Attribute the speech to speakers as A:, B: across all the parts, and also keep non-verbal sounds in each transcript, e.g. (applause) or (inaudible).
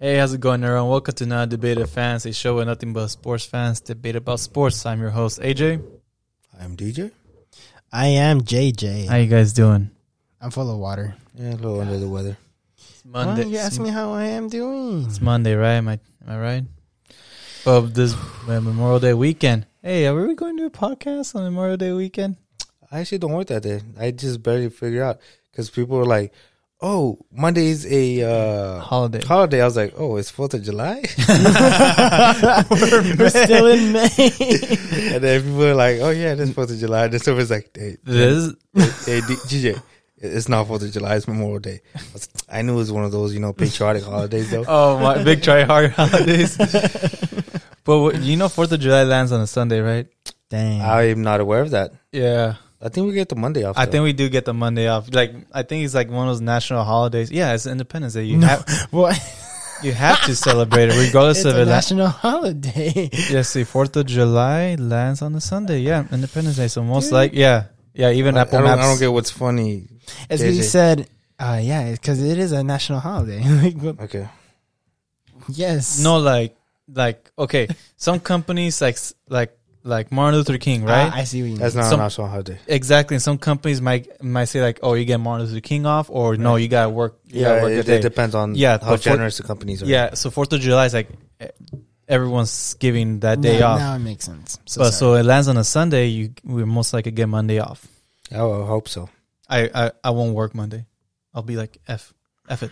A: Hey, how's it going, everyone? Welcome to Not Debate of Fans, a show where nothing but sports fans debate about sports. I'm your host, AJ.
B: I am DJ.
C: I am JJ.
A: How you guys doing?
C: I'm full of water.
B: Yeah, a little under the weather.
A: It's Monday.
C: Why you ask me how I am doing.
A: It's Monday, right? Am I, am I right? Well, this uh, Memorial Day weekend. Hey, are we going to do a podcast on Memorial Day weekend?
B: I actually don't work that day. I just barely figure out because people were like, "Oh, Monday is a
A: (laughs)
B: uh,
A: Holiday.
B: holiday." I was like, "Oh, it's Fourth of July,"
C: (laughs)
B: (laughs)
C: We're still in May.
B: and then people were like, "Oh yeah, it's Fourth of July." And then someone's like, "Hey,
A: This is-
B: hey, D- DJ, it's not Fourth of July. It's Memorial Day." I, was- I knew it was one of those, you
A: (laughs)
B: know, patriotic holidays though.
A: oh my big try hard (laughs) holidays. but what, you know, Fourth of July lands on a Sunday, right?
C: Dang.
A: Uh,
B: I am not aware of that.
A: Yeah,
B: I think we get the Monday off.
A: I
B: though.
A: think we do get the Monday off. Like, I think it's like one of those national holidays. Yeah, it's Independence Day. You
C: No.
A: have (laughs)
C: what?
A: you have to celebrate it, regardless (laughs)
C: It's
A: of
C: a
A: it. (laughs)
C: national holiday.
A: Yes, the Fourth of July lands on a Sunday. Yeah, Independence Day. So most
C: Dude.
A: like, yeah, yeah. Even
B: I, I
A: Apple
B: don't,
A: Maps.
B: I don't get what's funny.
C: It's because you
B: JJ.
C: said, uh, yeah, because it is a national holiday. (laughs) like, what-
B: Okay,
C: yes.
A: no, like, like okay, some companies like s- like like Martin Luther King, right?
C: Ah, I see what you mean.
B: that's not
A: Some-
B: a national holiday.
A: exactly. And some companies might might say like, oh, you get Martin Luther King off, or no, you gotta work. You gotta
B: Yeah,
A: work a
B: it,
A: day.
B: it depends on
A: Yeah,
B: how
A: but for-
B: generous the companies are.
A: yeah. So Fourth of July is like eh, everyone's giving that day
C: now,
A: off.
C: Now it makes sense. So,
A: but
C: sorry.
A: so it lands on a Sunday. You we most likely get Monday off.
B: Oh, I hope so.
A: I I, I won't work Monday. I'll be like f f it.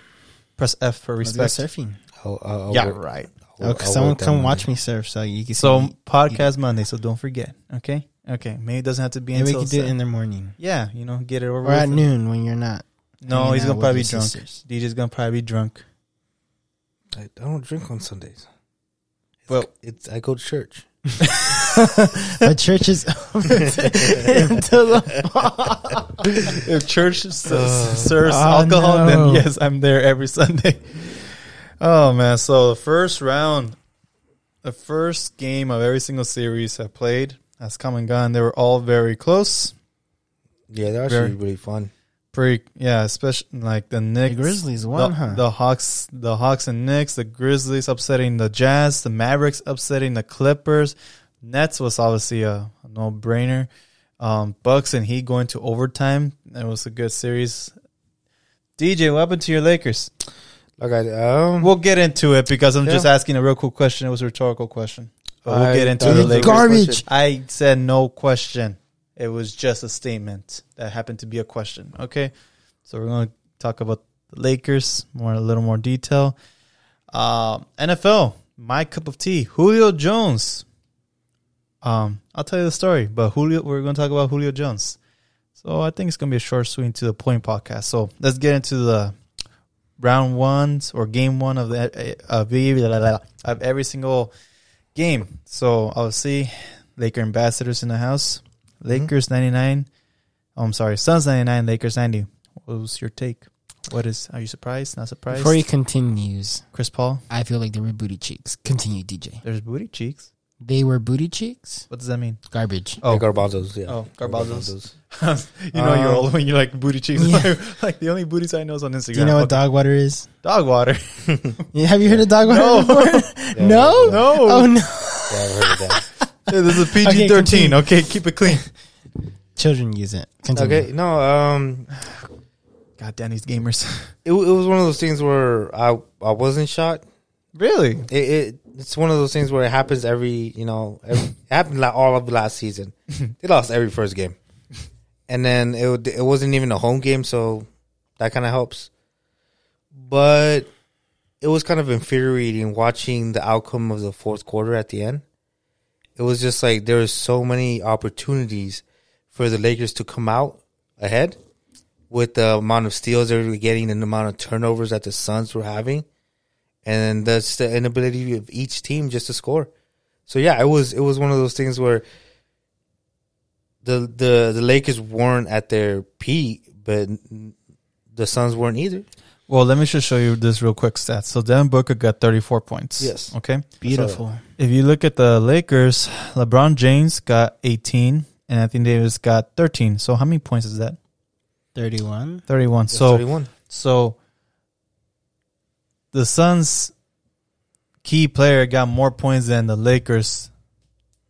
A: Press F for
C: Let's go
A: respect. Oh,
C: surfing.
B: I'll, I'll, I'll
A: Yeah,
B: work-
A: right.
B: I'll-
C: Okay,
B: I'll
C: someone
B: work that
C: come
B: Monday.
C: watch me surf so you can see.
A: So
C: me.
A: podcast Monday, so don't forget. Okay, okay. Maybe it doesn't have to be
C: Maybe we
A: until
C: could do it
A: se-
C: in the morning
A: yeah, you know, get it over
C: or at
A: with.
C: noon when you're not.
A: No,
C: hanging
A: he's
C: out
A: gonna
C: with
A: probably be
C: your
A: drunk.
C: sisters.
A: DJ's gonna probably be drunk.
B: I, I don't drink on Sundays. It's,
A: Well-
B: it's I go to church.
C: But church is (laughs) open
A: (laughs)
C: (laughs) until the fall.
A: If church s-
B: Uh,
A: serves
C: oh,
A: alcohol,
C: no.
A: then yes, I'm there every (laughs) Sunday. Oh man! So the first round, the first game of every single series I played has come and gone. They were all very close.
B: Yeah, they're
A: Very-
B: actually really fun.
A: Pretty, yeah, especially like the Knicks,
C: The Grizzlies won,
A: the,
C: huh?
A: the Hawks, the Hawks and Knicks, the Grizzlies upsetting the Jazz, the Mavericks upsetting the Clippers. Nets was obviously a no brainer. Um, Bucks and Heat going to overtime. That was a good series. DJ, what happened to your Lakers?
B: Like I um,
A: We'll get into it because I'm
B: Yeah.
A: just asking a real cool question. It was a rhetorical question. But we'll
B: I
A: get into
B: thought
A: the
B: it was
A: Lakers.
C: Garbage.
A: I said no question. It was just a statement that happened to be a question. Okay, so we're going to talk about the Lakers more in a little more detail. Um, NFL, my cup of tea. Julio Jones. Um, I'll tell you the story, but Julio, we're going to talk about Julio Jones. So I think it's going to be a short, swing to the point podcast. So let's get into the round ones or game one of the of, E, the- of every single game. So I'll see Laker ambassadors in the house. Lakers ninety nine. Oh, I'm sorry, Suns ninety nine, Lakers ninety. What was your take? What is? Are you surprised? Not surprised.
C: Before he continues,
A: Chris Paul.
C: I feel like they were booty cheeks. Continue, DJ.
A: There's booty cheeks.
C: They were booty cheeks.
A: What does that mean?
C: Garbage.
A: Oh.
B: oh. garbanzos. Yeah.
A: Oh,
B: They're
A: garbanzos. (laughs) you know you're
B: Um,
A: old when you like booty cheeks.
C: Yeah.
A: (laughs) like the only booties I know is on Instagram.
C: Do you know what
A: Okay.
C: dog
B: (laughs)
C: water is?
A: dog water?
C: Yeah, Have you heard of dog water
A: (laughs) No.
C: before?
B: Yeah,
C: no?
B: yeah.
A: No.
C: Oh, no.
B: Yeah, I've heard of that.
A: Yeah, this is PG thirteen.
C: continue.
A: Okay, keep it clean.
C: Children use it.
B: (laughs)
C: Continue.
B: okay, no. Um,
A: God damn these gamers.
B: it, wa- it was one of those things where I I wasn't shot.
A: really?
B: It, it it's one of those things where it happens every you know every, it happened like all of last season. they lost every first game, and then it wa- it wasn't even a home game, so that kind of helps. But it was kind of infuriating watching the outcome of the fourth quarter at the end. It was just like there were so many opportunities for the Lakers to come out ahead with the amount of steals they were getting and the amount of turnovers that the Suns were having, and that's the inability of each team just to score. So yeah, it was it was one of those things where the the the Lakers weren't at their peak, but the Suns weren't either.
A: Well, let me just show you this real quick stats. So Devin Booker got 34 points.
B: Yes.
A: Okay.
C: Beautiful.
A: If you look at the Lakers, LeBron James got 18 and Anthony Davis got 13. So how many points is that?
C: 31.
A: 31. So
B: 31.
A: so the Suns key player got more points than the Lakers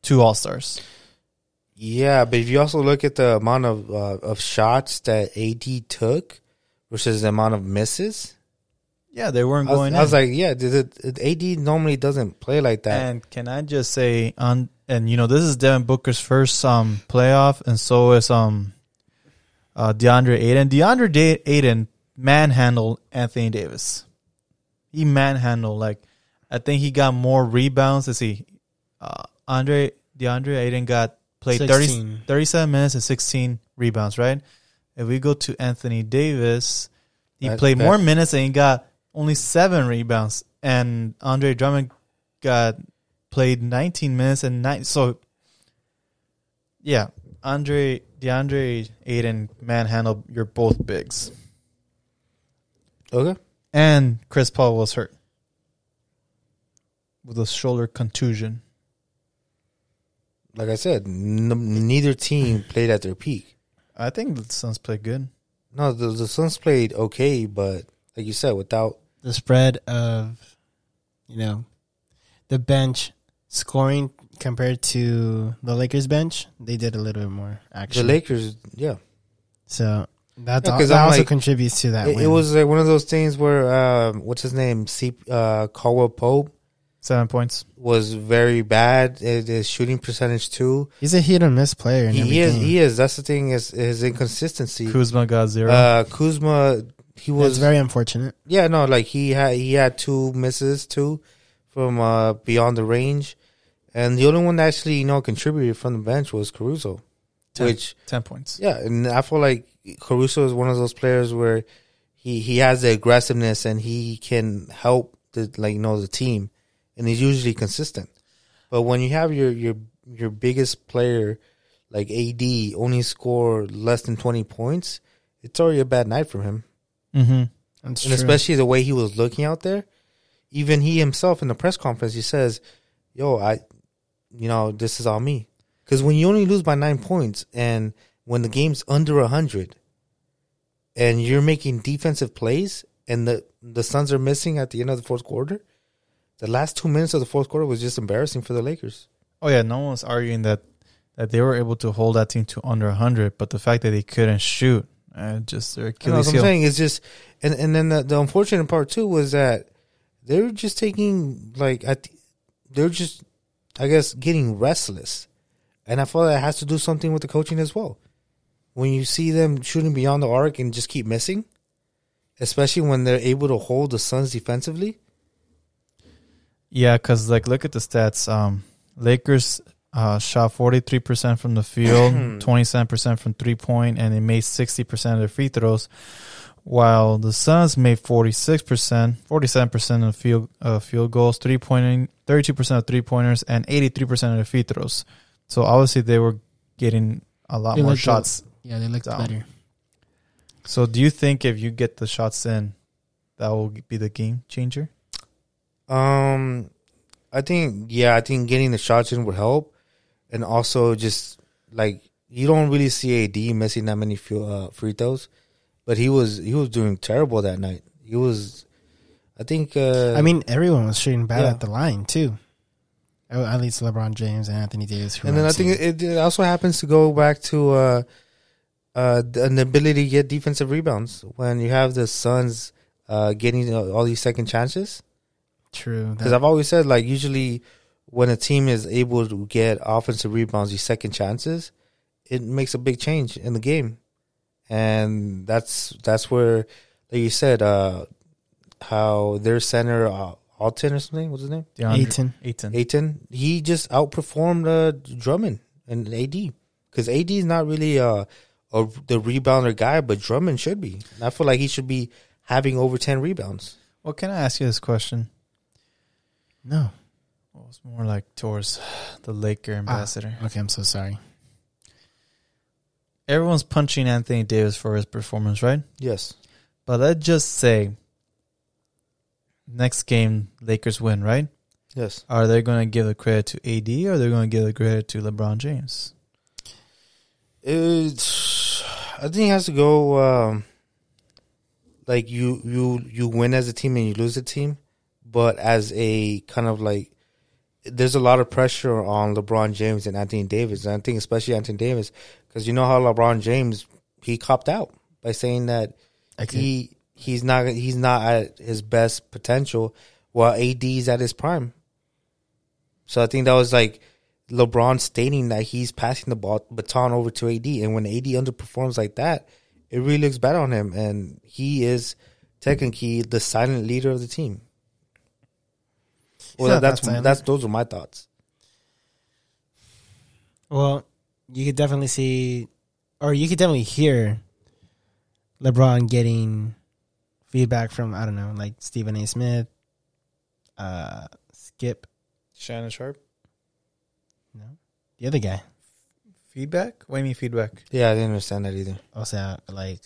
A: two All Stars.
B: Yeah, but if you also look at the amount of uh, of shots that AD took versus the amount of misses,
A: Yeah, they weren't
B: I was,
A: going.
B: I was
A: in.
B: like, yeah, the, the, AD normally doesn't play like that.
A: and can I just say on and you know this is Devin Booker's first um playoff, and so is um uh, DeAndre Aiden. DeAndre da- Aiden manhandled Anthony Davis. He manhandled like I think he got more rebounds. Let's see, uh, Andre DeAndre Aiden got played 30,
C: 16.
A: 37 minutes and sixteen rebounds. Right. If we go to Anthony Davis, he
B: That-
A: played
B: that-
A: more minutes and he got only seven rebounds. And Andre Drummond got played 19 minutes and nine. So, yeah, Andre, DeAndre, Aiden manhandled your both bigs.
B: okay,
A: And Chris Paul was hurt with a shoulder contusion.
B: like I said, n- neither team played at their peak.
A: I think the Suns played good.
B: No, the, the Suns played okay, but like you said, without
C: the spread of, you know, the bench scoring compared to the Lakers bench, they did a little bit more
B: the
C: actually.
B: Lakers, yeah,
C: so that's
B: Yeah,
C: al-
B: 'cause
C: that
B: I'm
C: also
B: like-
C: contributes to that.
B: it,
C: win.
B: it was like one of those things where um, what's his name, C, uh, Caldwell Pope
A: Seven points.
B: was very bad. His his shooting percentage too.
C: he's a hit or miss player. In every
B: He is.
C: game.
B: He is. That's the thing is his inconsistency.
A: Kuzma got zero.
B: Uh, Kuzma, he
C: That's
B: was
C: very unfortunate.
B: yeah no like he had he had two misses too from uh beyond the range, and the only one that actually you know contributed from the bench was Caruso,
A: Ten.
B: which
A: Ten points.
B: yeah, and I feel like Caruso is one of those players where he he has the aggressiveness and he can help the like you know the team, and he's usually consistent. But when you have your your your biggest player like AD only score less than twenty points, it's already a bad night for him,
A: Mm-hmm.
C: That's
B: and
C: true.
B: especially the way he was looking out there. Even he himself in the press conference, he says, "Yo, I, you know, this is on me." Because when you only lose by nine points, and when the game's under hundred, and you're making defensive plays, and the the Suns are missing at the end of the fourth quarter, the last two minutes of the fourth quarter was just embarrassing for the Lakers.
A: Oh yeah, no one's arguing that that they were able to hold that team to under 100, but the fact that they couldn't shoot, uh, just their
B: You know
A: Achilles
B: what I'm
A: heel.
B: saying? It's just, and and then the, the unfortunate part too was that they were just taking like I, th- they're just, I guess, getting restless, and I feel that has to do something with the coaching as well. When you see them shooting beyond the arc and just keep missing, especially when they're able to hold the Suns defensively,
A: Yeah, because like look at the stats. Um, Lakers uh, shot forty three percent from the
B: (clears throat)
A: field, twenty seven percent from three point, and they made sixty percent of their free throws. While the Suns made forty six percent, forty seven percent of field uh, field goals, three pointing, thirty two percent of three pointers, and eighty three percent of their free throws. So obviously they were getting a lot
C: They
A: more
C: looked a-
A: shots.
C: yeah, they looked
A: Down.
C: better.
A: So do you think if you get the shots in, that will be the game changer?
B: um, I think yeah, I think getting the shots in would help, and also just like you don't really see AD missing that many few, uh, free throws, but he was he was doing terrible that night. He was, I think. Uh,
C: I mean, everyone was shooting bad
B: Yeah.
C: at the line too. Oh, At least LeBron James and Anthony Davis. who
B: and then
C: I'm
B: I
C: seeing.
B: think it, it also happens to go back to uh, uh, the- an ability to get defensive rebounds when you have the Suns uh, getting uh, all these second chances.
C: true.
B: Because
C: That-
B: I've always said, like, usually when a team is able to get offensive rebounds, these second chances, it makes a big change in the game, and that's that's where, like you said, uh, how their center uh, Alton or something, what's his name,
A: DeAndre-
C: Ayton.
A: Ayton.
B: Aiton, he just outperformed uh, Drummond and AD because AD is not really uh, a the rebounder guy, but Drummond should be. And I feel like he should be having over ten rebounds.
A: Well, can I ask you this question?
C: no.
A: Well, it's more like towards the Laker ambassador.
C: Okay, I'm so sorry.
A: Everyone's punching Anthony Davis for his performance, right?
B: Yes.
A: But let's just say next game Lakers win, right?
B: Yes.
A: Are they going to give the credit to AD or they're going to give the credit to LeBron James?
B: It's, I think it has to go um, like you you you win as a team and you lose a team, but as a kind of like there's a lot of pressure on LeBron James and Anthony Davis, and I think especially Anthony Davis, because you know how LeBron James he copped out by saying that he he's not he's not at his best potential while AD is at his prime. So I think that was like LeBron stating that he's passing the ball baton over to AD, and when AD underperforms like that, it really looks bad on him, and he is technically the silent leader of the team. Well,
C: not
B: that's
C: that silent.
B: that's those are my thoughts.
C: Well, you could definitely see, or you could definitely hear LeBron getting feedback from I don't know, like Stephen A. Smith, uh, Skip,
A: Shannon Sharp
C: no, the other guy.
A: feedback. What do you mean feedback?
B: Yeah, I didn't understand that either.
C: Also, like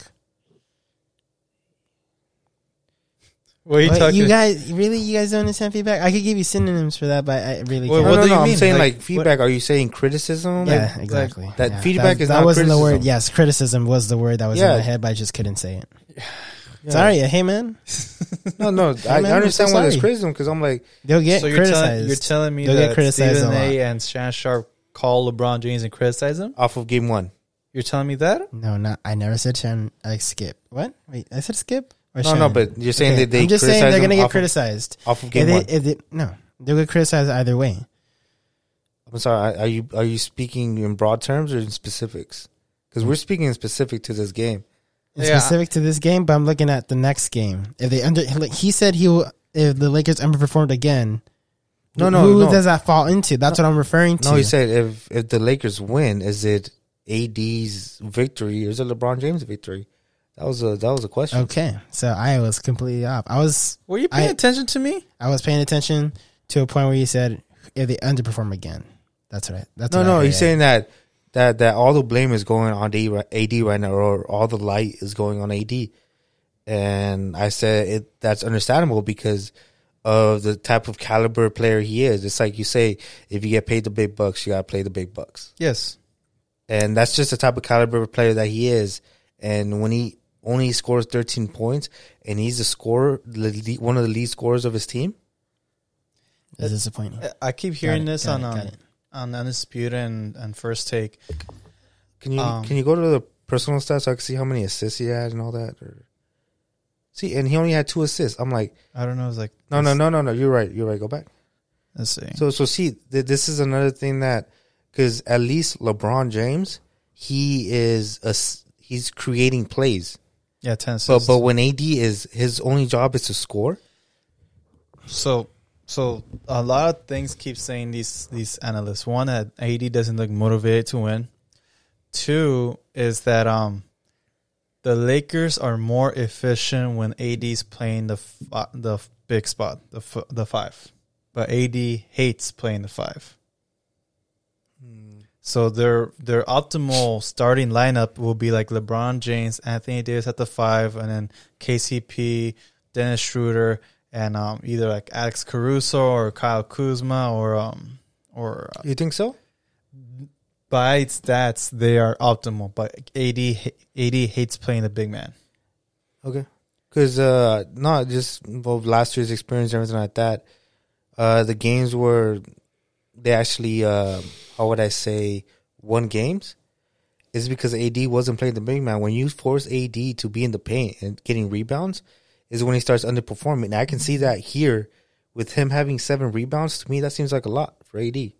A: What are you
C: What,
A: talking?
C: you guys really, you guys don't understand feedback. I could give you synonyms for that, but I really
A: Wait,
B: No,
C: can't.
A: what
B: no,
A: do you
B: no, I'm
A: mean?
B: saying
A: Like,
B: like, feedback. Are you saying criticism?
C: yeah,
A: like-
C: exactly.
B: that
C: Yeah.
B: feedback
C: that,
B: is
C: that
B: not
C: wasn't the word.
B: criticism.
C: Yes, criticism was the word that was in
B: Yeah.
C: my head, but I just couldn't say it.
B: (sighs) Yeah.
C: Sorry, hey man,
B: No, (laughs) no, I, I
C: man, I'm
B: understand
C: so
B: why there's
C: sorry.
B: criticism because I'm like,
C: they'll get
A: so you're, telling, you're
C: criticized.
A: telling me
C: They'll get
A: that
C: criticized
A: Stephen
C: a lot.
A: A. and Shannon Sharp call LeBron James and criticize him?
B: off of game one.
A: You're telling me that?
C: no, not I never said Shannon. I skip. What? Wait, I said skip. Or
B: No, no,
C: Shannon?
B: but you're saying
C: Okay,
B: that they.
C: I'm just saying
B: criticize
C: they're
B: him
C: gonna
B: off
C: get
B: of-
C: criticized.
B: off of
C: If
B: game
C: they,
B: one.
C: if they, no, they'll get criticized either way.
B: I'm sorry. Are are you are you speaking in broad terms or in specifics? Because we're speaking in specific to this game.
C: It's
A: Yeah.
C: specific to this game, but I'm looking at the next game. If they under, like, he said he will. If the Lakers underperformed again,
B: No, no,
C: who
B: no.
C: does that fall into? That's what I'm referring to.
B: No, he said if if the Lakers win, is it AD's victory or is it LeBron James' victory? That was a that was a question.
C: okay, so I was completely off. I was
A: Were you paying
C: I-
A: attention to me?
C: I was paying attention to a point where you said if they underperform again. That's right. That's
B: No,
C: what I
B: no,
C: heard.
B: he's saying that that that all the blame is going on AD right- AD right now, or all the light is going on AD. And I said it that's understandable because of the type of caliber player he is. It's like you say, if you get paid the big bucks, you gotta play the big bucks.
A: Yes.
B: and that's just the type of caliber of player that he is. And when he only scores 13 points, and he's the scorer, the lead, one of the lead scorers of his team.
C: it's disappointing.
B: uh,
A: I- I keep hearing
C: it,
A: this on
C: got it, got
A: um,
C: it.
A: on Undisputed and, and First Take.
B: Can you
A: Um,
B: can you go to the personal stats so I can see how many assists he had and all that? Or see, and he only had two assists. I'm like,
A: I don't know. It's like
B: no, no, no, no, no. You're right. You're right. Go back.
A: Let's see.
B: So so see, th- this is another thing that because at least LeBron James, he is a s- he's creating plays.
A: yeah, ten
B: But
A: assists.
B: but when AD is his only job is to score.
A: so so a lot of things keep saying these these analysts. One that AD doesn't look motivated to win. Two is that um the Lakers are more efficient when AD's playing the f- uh, the f- big spot, the f- the five. But AD hates playing the five. So their their optimal starting lineup will be like LeBron James, Anthony Davis at the five, and then KCP, Dennis Schroeder, and um, either like Alex Caruso or Kyle Kuzma or um or uh,
B: You think so?
A: by stats they are optimal, but AD ha- AD hates playing the big man.
B: Okay. Because uh, not just well, last year's experience and everything like that. Uh, the games were they actually uh, how would I say won games is because AD wasn't playing the big man. When you force AD to be in the paint and getting rebounds, is when he starts underperforming. And I can see that here with him having seven rebounds. To me, that seems like a lot for AD.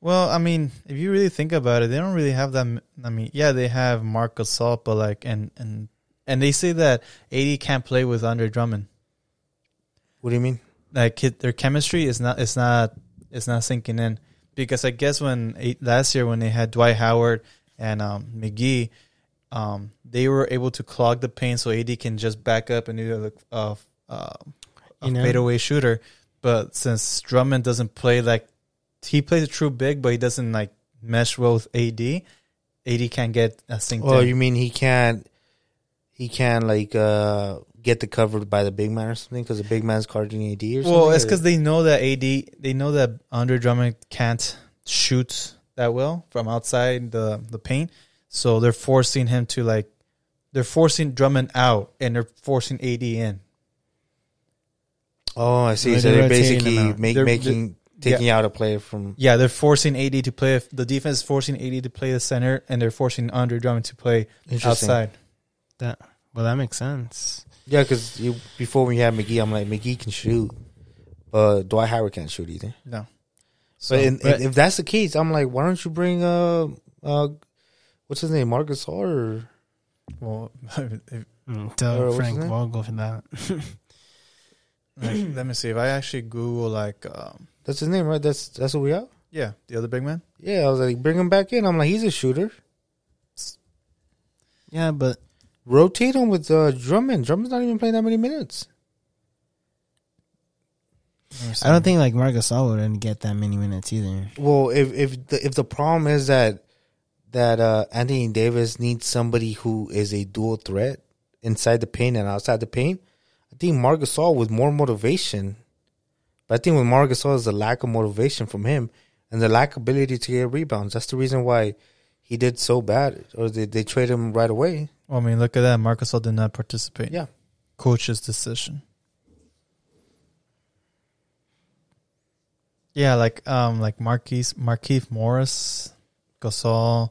A: Well, I mean, if you really think about it, they don't really have that. m- I mean, yeah, they have Marc Gasol, but like, and and and they say that AD can't play with Andre Drummond.
B: What do you mean?
A: like hit, their chemistry is not it's not it's not sinking in because I guess when eh, last year when they had Dwight Howard and um, McGee, um, they were able to clog the paint so AD can just back up and do a, a, a, a
C: You know?
A: fadeaway shooter. But since Drummond doesn't play like he plays a true big, but he doesn't like mesh well with AD. AD can't get uh, a sink.
B: Oh, you mean he can't? He can't like uh, get the cover by the big man or something because the big man's guarding AD or something.
A: Well, it's
B: or-
A: because they know that AD, they know that Andre Drummond can't shoot that well from outside the the paint, so they're forcing him to like, they're forcing Drummond out and they're forcing AD in.
B: Oh, I see.
C: Like
B: so
C: they're
B: they're
C: rotating them
B: basically
C: out.
B: make,
A: They're-
B: making taking out a player from.
A: Yeah, they're forcing AD to play. The defense is forcing AD to play the center, and they're forcing Andre Drummond to play
B: Interesting.
A: outside.
C: That well, that makes sense.
B: Yeah, because before we had McGee, I'm like McGee can shoot, but Dwight Howard can't shoot either.
A: No,
B: So, and,
C: but-
B: if that's the case, I'm like, why don't you bring uh uh, what's his name, Marcus or
A: (laughs) well, (laughs) if-
C: Mm,
B: Or
C: Tell
B: what's
C: Frank
B: his name?
C: Vogel for that.
A: like, let me see if I actually Google like, um,
B: that's his name, right? That's that's what we got.
A: yeah, the other big man.
B: Yeah, I was like, bring him back in. I'm like, he's a shooter.
C: yeah, but
B: Rotate him with uh, Drummond. Drummond's not even playing that many minutes.
C: I don't think like Marcus Gasol wouldn't get that many minutes either.
B: Well, if if the, if the problem is that that uh, Anthony Davis needs somebody who is a dual threat inside the paint and outside the paint, I think Marcus Gasol with more motivation. But I think with Marcus Gasol is the lack of motivation from him and the lack of ability to get rebounds. That's the reason why he did so bad, or they they trade him right away.
A: Well, I mean, look at that. Marcus All did not participate.
B: Yeah.
A: coach's decision. Yeah, like um, like Marquise Markeith Morris, Gasol,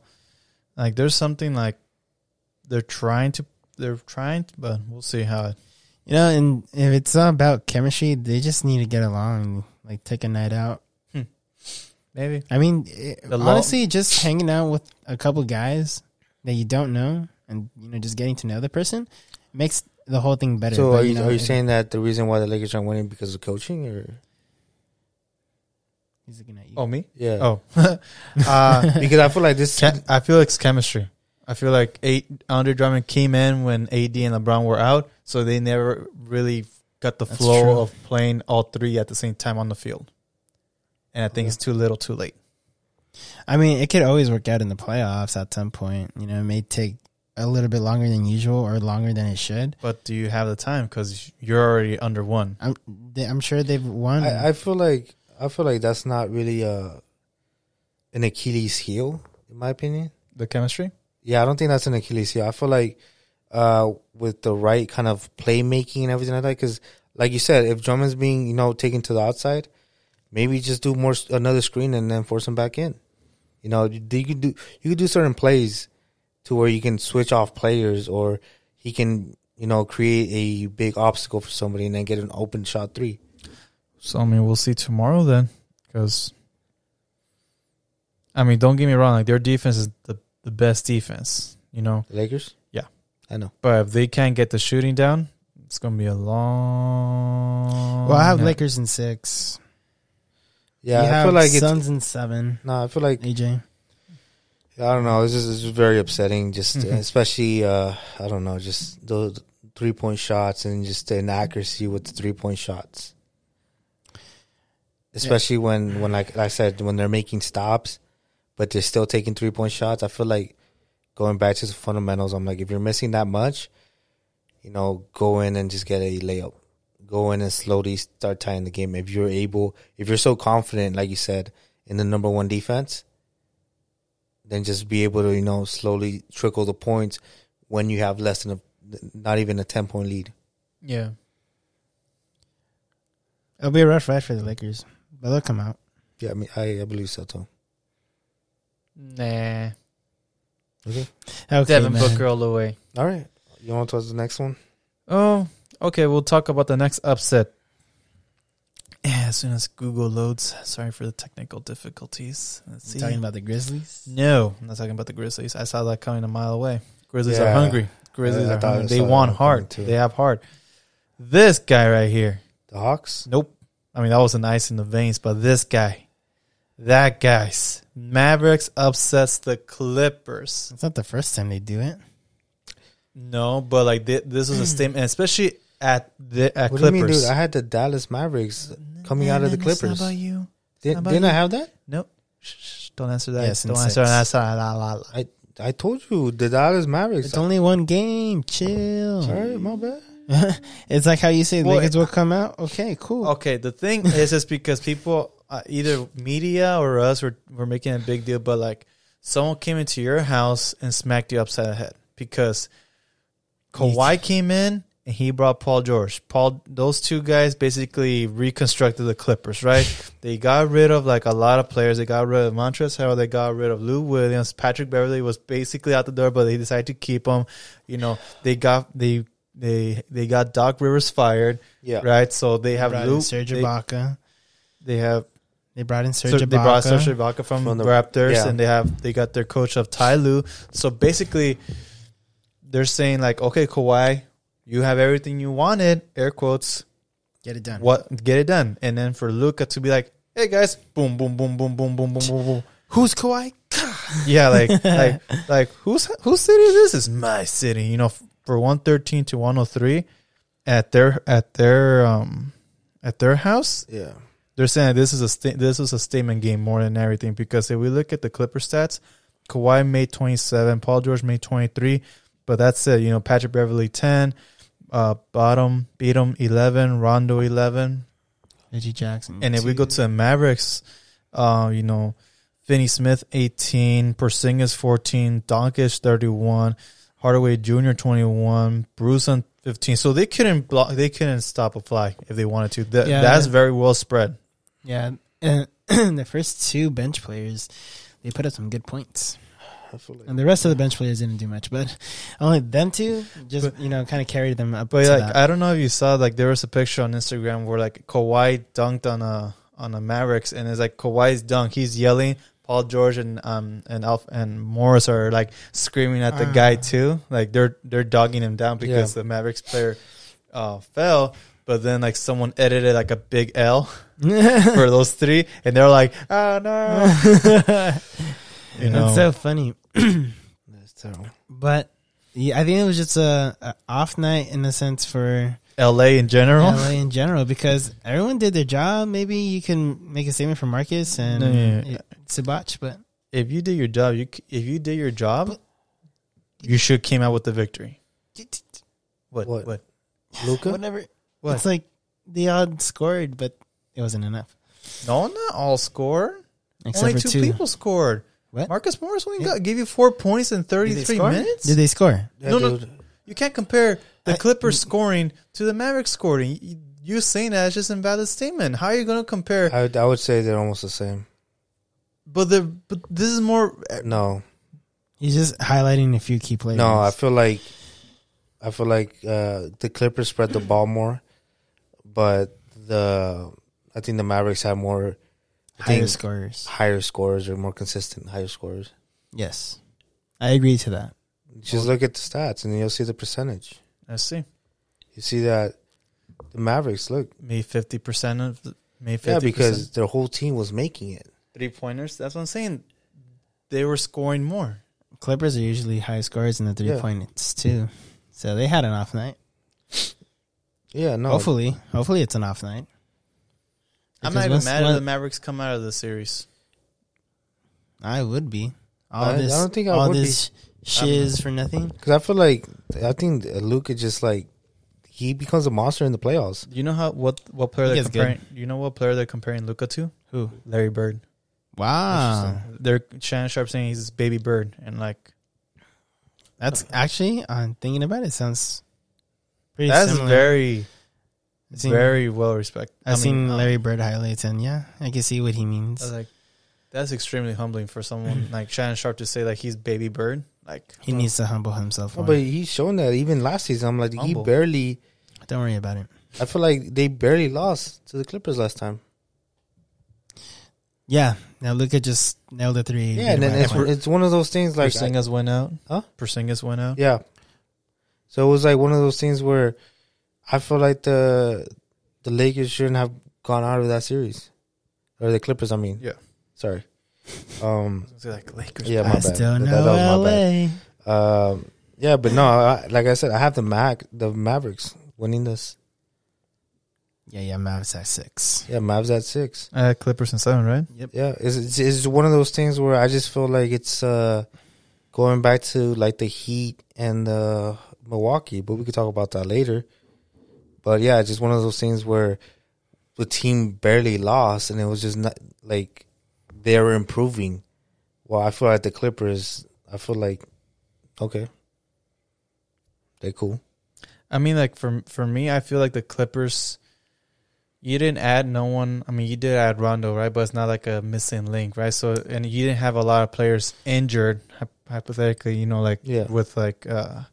A: like there's something like they're trying to they're trying, to, but we'll see how it.
C: You know, and if it's not about chemistry, they just need to get along, like take a night out.
A: Maybe
C: I mean, it,
A: The lo-
C: honestly, just hanging out with a couple guys that you don't know, and you know, just getting to know the person makes the whole thing better.
B: So
C: But,
B: are you,
C: know,
B: are you
C: it-
B: saying that the reason why the Lakers aren't winning because of coaching, or
C: he's looking at you?
A: Oh me?
B: yeah?
A: Oh, (laughs)
C: Oh.
A: uh,
B: (laughs) because I feel like this
A: chem- I feel it's chemistry. I feel like eight Andre Drummond came in when AD and LeBron were out, so they never really got the
C: That's
A: flow
C: true.
A: of playing all three at the same time on the field. And I think it's too little, too late.
C: I mean, it could always work out in the playoffs at some point. You know, it may take a little bit longer than usual or longer than it should.
A: But do you have the time? Because you're already under one.
C: I'm they, I'm sure they've won.
B: I, I feel like I feel like that's not really uh an Achilles heel, in my opinion.
A: The chemistry.
B: Yeah, I don't think that's an Achilles heel. I feel like uh with the right kind of playmaking and everything like that, because like you said, if Drummond's being you know taken to the outside, maybe just do more s- another screen and then force him back in. You know, you, you could do you could do certain plays to where you can switch off players or he can you know create a big obstacle for somebody and then get an open shot three.
A: So I mean, we'll see tomorrow then, because I mean, don't get me wrong. Like their defense is the the best defense. You know,
B: The Lakers.
A: Yeah.
B: I know.
A: But if they can't get the shooting down, it's gonna be a long.
C: well, I have
A: night.
C: Lakers in six.
B: Yeah,
C: You
B: I
C: have
B: feel like it's
C: Suns in seven.
B: no. I feel like
C: AJ,
B: I don't know. It's just, it's just very upsetting. Just especially uh, I don't know. Just the three point shots and just the inaccuracy with the three point shots. Especially when when like, I said when they're making stops, but they're still taking three point shots. I feel like going back to the fundamentals. I'm like, if you're missing that much, you know, go in and just get a layup. Go in and slowly start tying the game. If you're able, if you're so confident, like you said, in the number one defense, then just be able to you know slowly trickle the points when you have less than a not even a 10 point lead
A: Yeah,
C: it'll be a rough ride for the Lakers, but they'll come out.
B: yeah i mean i, I believe so too
A: nah.
C: Okay,
A: Devin
C: man.
A: Booker all the way.
B: all right you want to talk to the next one
A: Oh, okay. We'll talk about the next upset. Yeah, as soon as Google loads. Sorry for the technical difficulties. Let's see.
C: Talking about the Grizzlies.
A: no, I'm not talking about the Grizzlies. I saw that coming a mile away. Grizzlies are
B: Yeah.
A: hungry. Grizzlies
B: Yeah, I
A: are
B: thought I
A: hungry.
B: saw
A: They want
B: that one coming
A: hard.
B: too.
A: They have hard. This guy right here.
B: the hawks
A: Nope. I mean, that was an ice in the veins, but this guy, that guy's Mavericks upsets the Clippers.
C: It's not the first time they do it.
A: No, but like thi- this was a statement, especially at the at
B: Mm. what
A: Clippers.
B: do you mean dude i had the dallas mavericks coming out of the
A: It's not about
B: clippers
A: you.
B: Did,
A: about
B: didn't i have that
A: Nope. Shh, shh, don't answer that.
C: Yes, and
A: don't answer
C: six.
A: that. La, la, la, la.
B: i i told you the dallas mavericks
C: It's only one game. Chill.
B: all right my bad
C: it's like how you say
A: Well,
C: Lakers will come out. Okay, cool.
A: Okay, the thing is, is because people, uh, either media or us, were, were making a big deal, but like someone came into your house and smacked you upside the head because Kawhi came in and he brought Paul George. Paul, those two guys basically reconstructed the Clippers, right? they got rid of like a lot of players. They got rid of Montrezl Harrell. They got rid of Lou Williams. Patrick Beverly was basically out the door, but they decided to keep him. You know, they got they they they got Doc Rivers fired,
B: Yeah.
A: right? So they have
C: brought
A: Lou.
C: in Serge
A: they-
C: Ibaka.
A: They have
C: They brought in Serge
A: so
C: Ibaka.
A: they brought Serge Ibaka from,
B: From the-
A: the Raptors,
B: yeah.
A: and they have they got their coach of Ty Lue. So basically, they're saying like, okay, Kawhi, you have everything you wanted. Air quotes.
C: Get it done.
A: What get it done, and then for Luca to be like, hey guys, boom, boom, boom, boom, boom, boom, boom, boom, boom.
C: Who's Kawhi?
A: Yeah,
C: (laughs)
A: like like like whose whose city is this? Is my city. You know, f- for one thirteen to one hundred three, at their at their um at their house
B: Yeah.
A: they're saying this is a sta- this was a statement game more than everything because if we look at the Clipper stats, Kawhi made 27, Paul George made 23, but that's it. You know, Patrick Beverly 10, uh, bottom Beatum 11, Rondo 11,
C: Reggie Jackson.
A: and if we go to the Mavericks, uh, you know, Finney Smith 18, Porzingis 14, Doncic 31, Hardaway Jr. 21, Bruce 15. So they couldn't block, they couldn't stop a fly if they wanted to. That,
C: Yeah.
A: that's very well spread.
C: yeah, and (clears throat) the first two bench players, they put up some good points,
B: Um,
C: and the rest of the bench players didn't do much, but (laughs) only them two just you know kind of carried them up.
A: But
C: to
A: like
C: that. (laughs)
A: I don't know if you saw like there was a picture on Instagram where like Kawhi dunked on a on a Mavericks and it's like Kawhi's dunk. He's yelling. Paul George and um and Alf and Morris are like screaming at the
C: Ah.
A: guy too. Like they're they're dogging him down because
B: Yeah.
A: the Mavericks player uh, fell. But then like someone edited like a big L (laughs) for those three, and they're like, oh
C: (laughs)
A: no, you know.
C: That's so funny.
B: That's terrible.
C: But yeah, I think it was just a, a off night in a sense for
A: L.A. in general.
C: LA in general because everyone did their job. Maybe you can make a statement for Marcus and
A: No, yeah, yeah.
C: it- Sabac, but
A: If you did your job, you c- if you did your job, you should came out with the victory. What?
B: What?
A: What?
B: Luca?
C: whatever.
A: What?
C: It's like they all scored, but it wasn't enough.
A: No, not all score.
C: Except
A: only
C: for
A: two,
C: two,
A: people scored.
C: What?
A: Marcus Morris only
C: Yeah.
A: got gave you four points in
C: Did they
A: thirty three
C: score?
A: minutes.
C: Did they score?
A: No, no.
B: dude.
A: you can't compare the
C: I-
A: Clippers scoring to the Mavericks scoring. You, you saying that is just an invalid statement. How are you going to compare?
B: I, would- I would say they're almost the same. Uh,
A: But the but this is more. eh,
B: No.
C: He's just highlighting a few key players.
B: No, I feel like I feel like uh, the Clippers spread the ball more, but the I think the Mavericks have more I
C: higher
B: think
C: scorers.
B: higher scores or more consistent higher scores.
C: Yes, I agree to that.
B: Just look at the stats and you'll see the percentage.
A: I see.
B: You see that the Mavericks look
A: Maybe fifty percent of the, maybe 50%
B: yeah because their whole team was making it.
A: three pointers. That's what I'm saying. They were scoring more.
C: Clippers are usually high scorers in the three
B: Yeah.
C: points too, so they had an off night.
B: Yeah, no,
C: Hopefully, hopefully it's an off night.
A: I'm
C: Because
A: not even
C: once-
A: mad if
C: once-
A: the Mavericks come out of the series.
C: I would be. All
B: I- I
C: this,
B: don't think I
C: all
B: would
C: this shiz for nothing.
B: because I feel like I think Luca just like he becomes a monster in the playoffs.
A: You know how what what player
C: He
A: they're
C: gets good.
A: comparing? You know what player they're comparing Luca to?
C: Who?
A: Larry Bird.
C: Wow,
A: Ah, They're Shannon Sharp saying he's baby bird, and like
C: that's actually on thinking about it sounds pretty
A: that's
C: similar.
A: very,
C: I've seen-
A: very well respected.
C: I've seen
A: um,
C: Larry Bird highlights, and yeah, I can see what he
A: I was
C: means.
A: like, that's extremely humbling for someone like Shannon Sharp to say like he's baby bird. Like
C: He needs to humble himself.
B: No,
C: more.
B: Oh, but he's shown that even last season. I'm like
A: Humble.
B: he barely.
C: Don't worry about it.
B: I feel like they barely lost to the Clippers last time.
C: Yeah. Now Luca just nailed the three.
B: Yeah, and then it's, it's one of those things like I-
A: Porzingis went out.
B: Huh?
A: Porzingis went out.
B: yeah. So it was like one of those things where I feel like the the Lakers shouldn't have gone out of that series, or the Clippers. I mean,
A: Yeah.
B: sorry.
A: (laughs)
B: Um,
A: It's like Lakers.
B: yeah, my
C: I
B: bad.
C: still
B: That-
C: know
B: that was my
C: LA.
B: bad. Um, yeah, but no, I, like I said, I have the Mac, the Mavericks winning this.
C: Yeah, yeah, Mavs at six.
B: Yeah, Mavs at six.
A: Uh, Clippers and seven, right?
B: Yeah, it's, it's it's one of those things where I just feel like it's uh going back to like the Heat and uh, Milwaukee, but we could talk about that later. But yeah, it's just one of those things where the team barely lost, and it was just not like they were improving. Well, I feel like the Clippers. I feel like okay, they cool.
A: I mean, like for for me, I feel like the Clippers. You didn't add no one. I mean, you did add Rondo, right? But it's not like a missing link, right? So, and you didn't have a lot of players injured, hy- hypothetically. You know, like
B: Yeah.
A: with like uh,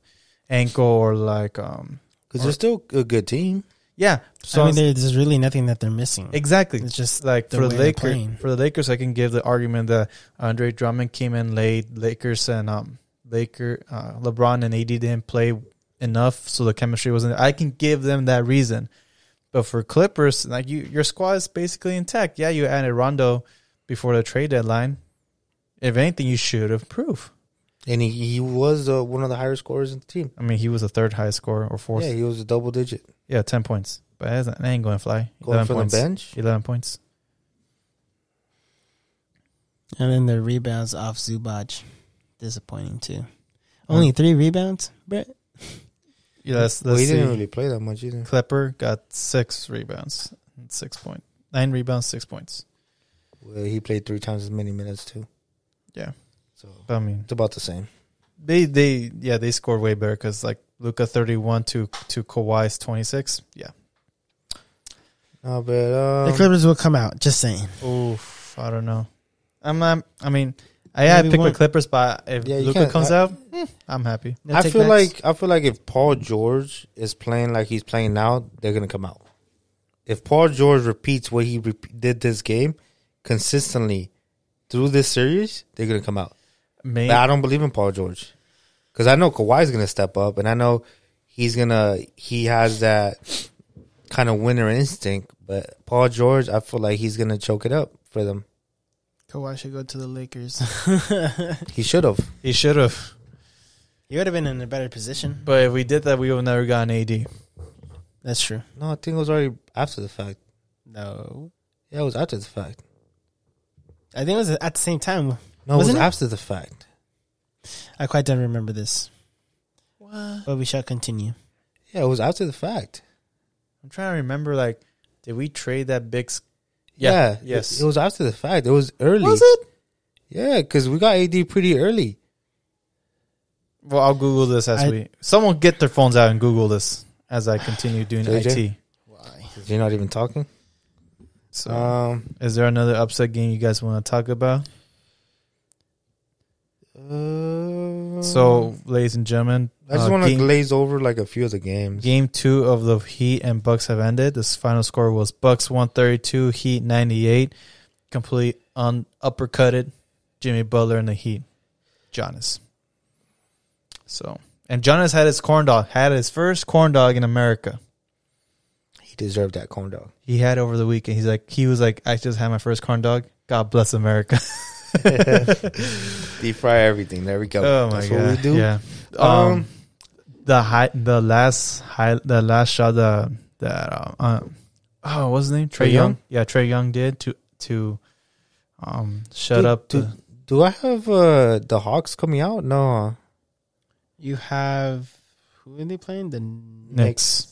A: ankle or like um,
B: because they're still a good team.
A: yeah. So
C: So I mean, there- there's really nothing that they're missing.
A: exactly,
C: It's just
A: like
C: the
A: for the
C: way they're
A: Lakers,
C: playing.
A: for the Lakers, I can give the argument that Andre Drummond came in late. Lakers and um, Laker uh, LeBron and AD didn't play enough, so the chemistry wasn't. I can give them that reason, but for Clippers, like you, your squad is basically intact. Yeah, you added Rondo before the trade deadline. If anything, you should improve.
B: And he, he was uh, one of the higher scorers in the team.
A: I mean, he was the third highest scorer or fourth.
B: Yeah,
A: Yeah,
B: he was a double digit.
A: ten points, but that isn't- that ain't going to fly.
B: Going
A: Eleven
B: from
A: points.
B: the bench?
A: Eleven points.
C: And then the rebounds off Zubac, disappointing too. Only three rebounds, Brett.
A: Yeah, let's,
B: Well,
A: let's
B: he
A: see.
B: didn't really play that much either.
A: Klepper got six rebounds, and six point nine rebounds, six points.
B: Well, he played three times as many minutes, too.
A: Yeah.
B: So
A: But, I mean,
B: it's about the same.
A: they they yeah they scored way better because like Luca thirty one to to Kawhi's twenty six. Yeah.
B: No, but. Um,
C: the Clippers will come out. Just saying.
A: Oof, I don't know. I'm not. I mean, I had
C: Maybe
A: picked the
C: one-
A: Clippers, but if
B: Yeah, you
A: Luca
B: can't- uh,
A: comes
B: I-
A: out, eh, I'm happy.
C: No
B: I feel
C: takebacks.
B: like I feel like if Paul George is playing like he's playing now, they're gonna come out. If Paul George repeats what he rep- did this game consistently through this series, they're gonna come out.
A: Maybe
B: But I don't believe in Paul George because I know Kawhi's gonna step up, and I know he's gonna he has that kind of winner instinct. But Paul George, I feel like he's gonna choke it up for them.
C: Kawhi should go to the (laughs) Lakers.
B: He should have.
A: he should have.
C: you would have been in a better position.
A: But if we did that, we would have never gotten AD.
C: That's true.
B: No, I think it was already after the fact.
C: No,
B: Yeah, it was after the fact.
C: I think it was at the same time.
B: No,
C: Wasn't
B: it
C: it?
B: was after the fact.
C: I quite don't remember this,
A: What?
C: but we shall continue.
B: Yeah, it was after the fact.
A: I'm trying to remember. Like, did we trade that big? s-
B: Yeah.
A: Yes.
B: It, it was after the fact. It was early.
A: was it?
B: Yeah, because we got AD pretty early.
A: Well, I'll Google this as
C: I-
A: we. Someone get their phones out and Google this as I continue doing
B: JJ?
A: IT.
C: Why?
B: 'Cause You're not even talking.
A: So,
B: Um,
A: is there another upset game you guys want to talk about?
B: uh,
A: So, ladies and gentlemen,
B: I just
A: uh,
B: want to
A: game,
B: glaze over like a few of the games.
A: game two of the Heat and Bucks have ended. This final score was Bucks one thirty two, Heat ninety eight. Complete un uppercutted Jimmy Butler and the Heat. Jonas. So, and Jonas had his corn dog, had his first corn dog in America.
B: He deserved that
A: (laughs)
B: corn dog. (laughs)
A: he had over the weekend. He's like, he was like, I just had my first corn dog. God bless America.
B: Deep fry everything. There we go.
A: (laughs) oh my god.
B: what we do.
A: Yeah. Um,
B: Um,
A: the high, the last high, the last shot that that uh, uh, oh, what's his name? Trey
B: Trae
A: Young?
B: Young?
A: Yeah, Trey Young did to to um shut
B: Dude,
A: up.
B: dude.
A: the-
B: Do I have uh, the Hawks coming out? No.
C: You have who are they playing? The Knicks.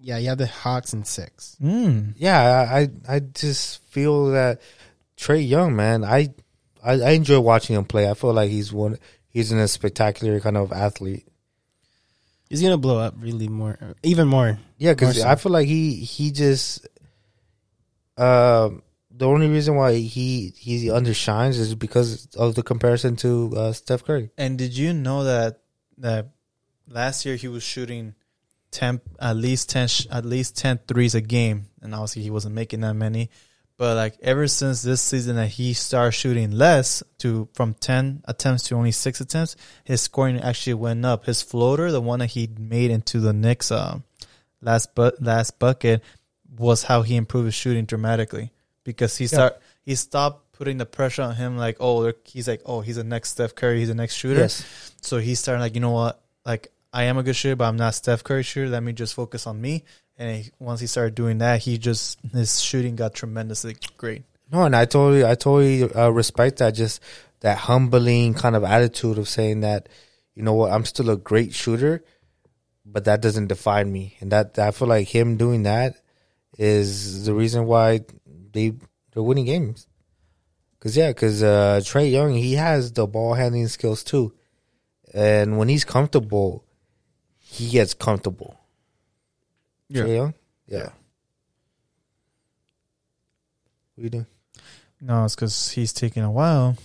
C: Yeah, you have the Hawks in six.
A: Mm.
B: Yeah, I I I just feel that Trey Young, man, I, I I enjoy watching him play. I feel like he's one. He's in a spectacular kind of athlete.
C: He's gonna blow up really more, even more.
B: Yeah, because
C: Marcel.
B: I feel like he he just um the only reason why he he undershines is because of the comparison to uh, Steph Curry.
A: And did you know that that last year he was shooting ten at least ten sh- at least 10 threes a game, and obviously he wasn't making that many. But like ever since this season that he started shooting less to from ten attempts to only six attempts, his scoring actually went up. His floater, the one that he made into the Knicks um, last but last bucket, was how he improved his shooting dramatically because he start he stopped putting the pressure on him like oh they're- he's like oh he's the next Steph Curry he's the next shooter so he's starting like, you know what? Like I am a good shooter, but I'm not Steph Curry shooter. Let me just focus on me. And he, once he started doing that, he just his shooting got tremendously great.
B: No, and I totally I totally uh, respect that. Just that humbling kind of attitude of saying that you know what I'm still a great shooter, but that doesn't define me. And that I feel like him doing that is the reason why they they're winning games. Cause yeah, cause uh, Trey Young he has the ball handling skills too, and when he's comfortable, he gets comfortable.
A: Yeah.
B: Trae Young? Yeah.
A: Yeah.
B: We do.
A: No, it's because he's taking a while.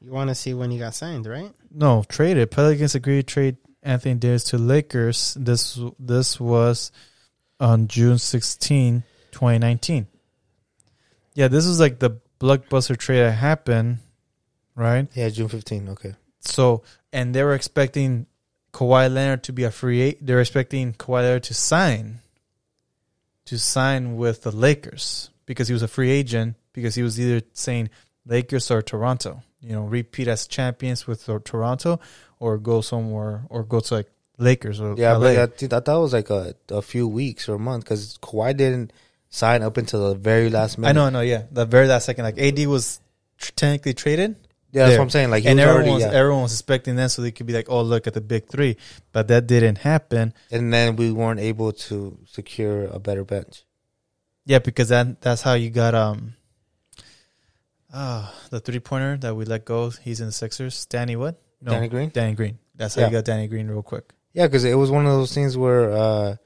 C: You want to see when he got signed, right?
A: No, traded. Pelicans agreed to trade Anthony Davis to Lakers. This this was on June 16, 2019. Yeah, this was like the blockbuster trade that happened, right?
B: Yeah, June 15. Okay.
A: So, and they were expecting Kawhi Leonard to be a free agent. They were expecting Kawhi Leonard to sign, to sign with the Lakers because he was a free agent because he was either saying Lakers or Toronto. You know, repeat as champions with or Toronto, or go somewhere or go to like Lakers or
B: Yeah,
A: LA.
B: but I, think, I thought it was like a, a few weeks or a month because Kawhi didn't sign up until the very last minute.
A: I know, I know. Yeah, the very last second, like AD was tr- technically traded.
B: Yeah, that's
A: there.
B: what I'm saying. Like, he
A: and
B: was
A: everyone
B: already,
A: was,
B: yeah.
A: everyone was expecting that, so they could be like, "Oh, look at the big three. but that didn't happen.
B: and then we weren't able to secure a better bench.
A: Yeah, because that that's how you got um uh the three pointer that we let go. He's in the Sixers. Danny what? No,
B: Danny Green?
A: Danny Green. That's how
B: Yeah.
A: you got Danny Green real quick.
B: Yeah, because it was one of those things where uh,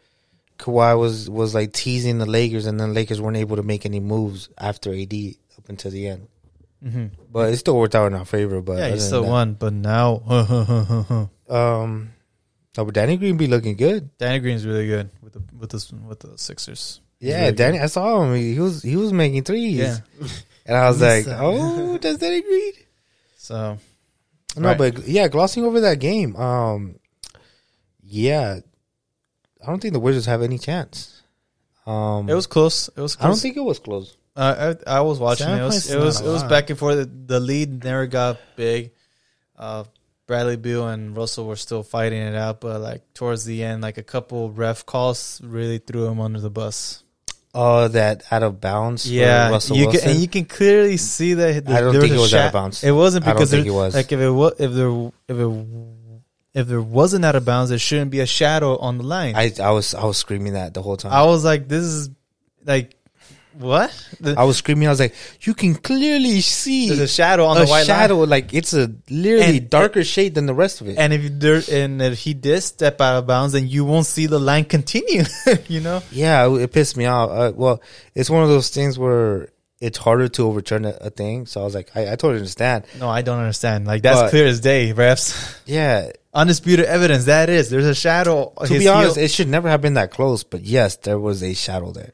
B: Kawhi was was like teasing the Lakers, and then Lakers weren't able to make any moves after AD up until the end.
A: Mm-hmm.
B: But it still worked out in our favor. But
A: Yeah,
B: other
A: he
B: than
A: still
B: that-
A: won, but now (laughs)
B: Um, no, but Danny Green be looking good.
A: Danny Green's really good with the with this with the Sixers. He's
B: Yeah,
A: really good.
B: Danny, I saw him. He, he was he was making threes,
A: Yeah.
B: and I was like,
C: Yes, sir.
A: (laughs)
B: oh, does Danny Green?
A: So
B: No,
A: Right.
B: but yeah, glossing over that game. Um, yeah, I don't think the Wizards have any chance. Um,
A: it was close. It was. Close.
B: I don't think it was close.
A: Uh, I I was watching.
C: Seven
A: It was
C: points is
A: it was,
C: not
A: it
C: a
A: was
C: lot.
A: back and forth. The, the lead never got big. Uh, Bradley Beal and Russell were still fighting it out, but like towards the end, like a couple ref calls really threw him under the bus.
B: Oh, that out of bounds. for
A: Yeah,
B: Russell
A: you
B: Wilson.
A: can, and you can clearly see that.
B: I don't
A: there
B: think
A: a
B: it was
A: shot-
B: out of bounds.
A: It wasn't
B: I don't
A: because
B: think
A: there-
B: it was.
A: like if it was if there if it if there wasn't out of bounds, there shouldn't be a shadow on the line. I,
B: I I was I was screaming that the whole time.
A: was like, this is like what? The-
B: I was screaming. I was like, you can clearly see
A: there's a shadow on
B: a
A: the white line.
B: shadow. Like it's a literally
A: And-
B: darker shade than the rest of it.
A: And if there, and if he did step out of bounds, then you won't see the line continue. (laughs) you know,
B: yeah, it, it pissed me off. Uh, well, it's one of those things where it's harder to overturn a, a thing. So I was like, I, I totally understand.
A: no, I don't understand. Like that's
B: But-
A: clear as day, refs. (laughs)
B: Yeah,
A: Undisputed evidence. That is. There's a shadow.
B: to be honest, it should never have been that close. But yes, there was a shadow there,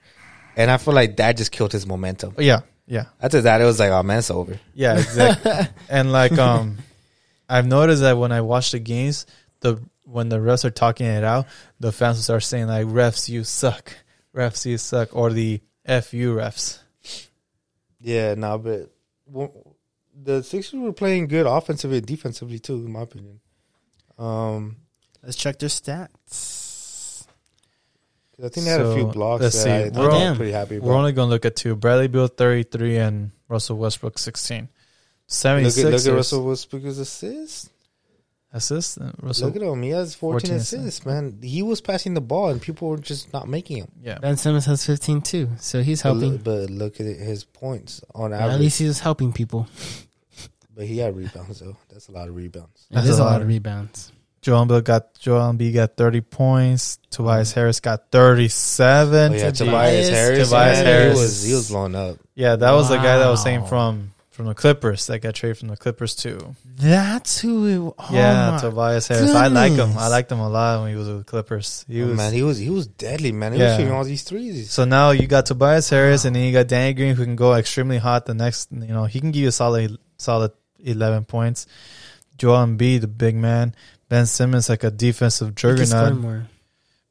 B: and I feel like that just killed his momentum.
A: yeah, yeah,
B: After that, it was like, oh man, it's over.
A: yeah, exactly.
B: (laughs)
A: and like, um, I've noticed that when I watch the games, the when the refs are talking it out, the fans will start saying like, "Refs, you suck. Refs, you suck," or the "Fu refs."
B: Yeah, no, but well, the Sixers were playing good offensively and defensively too, in my opinion. Um,
C: Let's check their stats.
B: 'cause I think they had a few
A: So,
B: blocks
A: let's
B: that
A: see.
B: I, I
A: We're
B: was
C: on-
B: pretty happy about.
A: We're only going to look at two. Bradley Beal 33 and Russell Westbrook 16.
B: look,
A: 76
B: at, look at Russell Westbrook's assist.
A: assists. and Russell,
B: look at him. He has 14,
A: 14
B: assists, man. He was passing the ball and people were just not making him.
A: yeah.
C: Ben Simmons has 15 too, so he's
B: But look-
C: helping.
B: But look at his points on
C: At
B: average.
C: least he's helping people.
B: but he had rebounds, though. That's a lot of rebounds.
A: That's
C: It is
A: a
C: a
A: lot.
C: lot of rebounds.
A: Joel Embiid got Joel Embiid got 30 points. Tobias Harris got 37.
B: Oh, yeah,
A: Tobias-
B: Tobias Harris.
A: Tobias
B: man,
A: Harris.
B: He was, he was blown up.
A: Yeah, that was the guy that was saying
C: Wow.
A: from from the Clippers that got traded from the Clippers too.
C: That's who oh it was.
A: yeah, Tobias Harris. I like him.
C: goodness.
A: I liked him a lot when he was with the Clippers. He
B: Oh,
A: was
B: man, he was he was deadly, man. He
A: Yeah.
B: was shooting all these threes.
A: So now you got Tobias Harris, and then you got Danny Green, who can go extremely hot. The next, you know, he can give you a solid, solid eleven points. Joel Embiid, the big man, Ben Simmons, like a defensive
C: He can score
A: juggernaut,
C: more.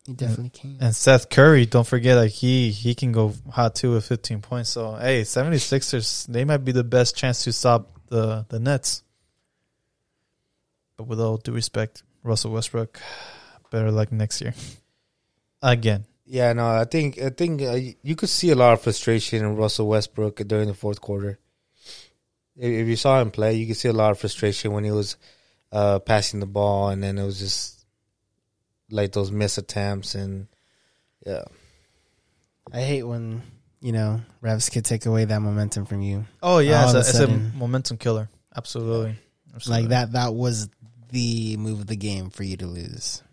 C: He definitely can.
A: and Seth Curry. Don't forget, like he he can go hot too with fifteen points. So hey, 76ers, they might be the best chance to stop the the Nets. But with all due respect, Russell Westbrook, better luck next year. (laughs) Again,
B: Yeah, no, I think I think uh, y- you could see a lot of frustration in Russell Westbrook during the fourth quarter. If, if you saw him play, you could see a lot of frustration when he was uh, passing the ball, and then it was just like those miss attempts, and yeah,
C: I hate when you know refs could take away that momentum from you.
A: Oh yeah, it's
C: All of
A: a,
C: a
A: it's a
C: sudden.
A: momentum killer. Absolutely. Absolutely.
C: Like that. That was the move of the game for you to lose.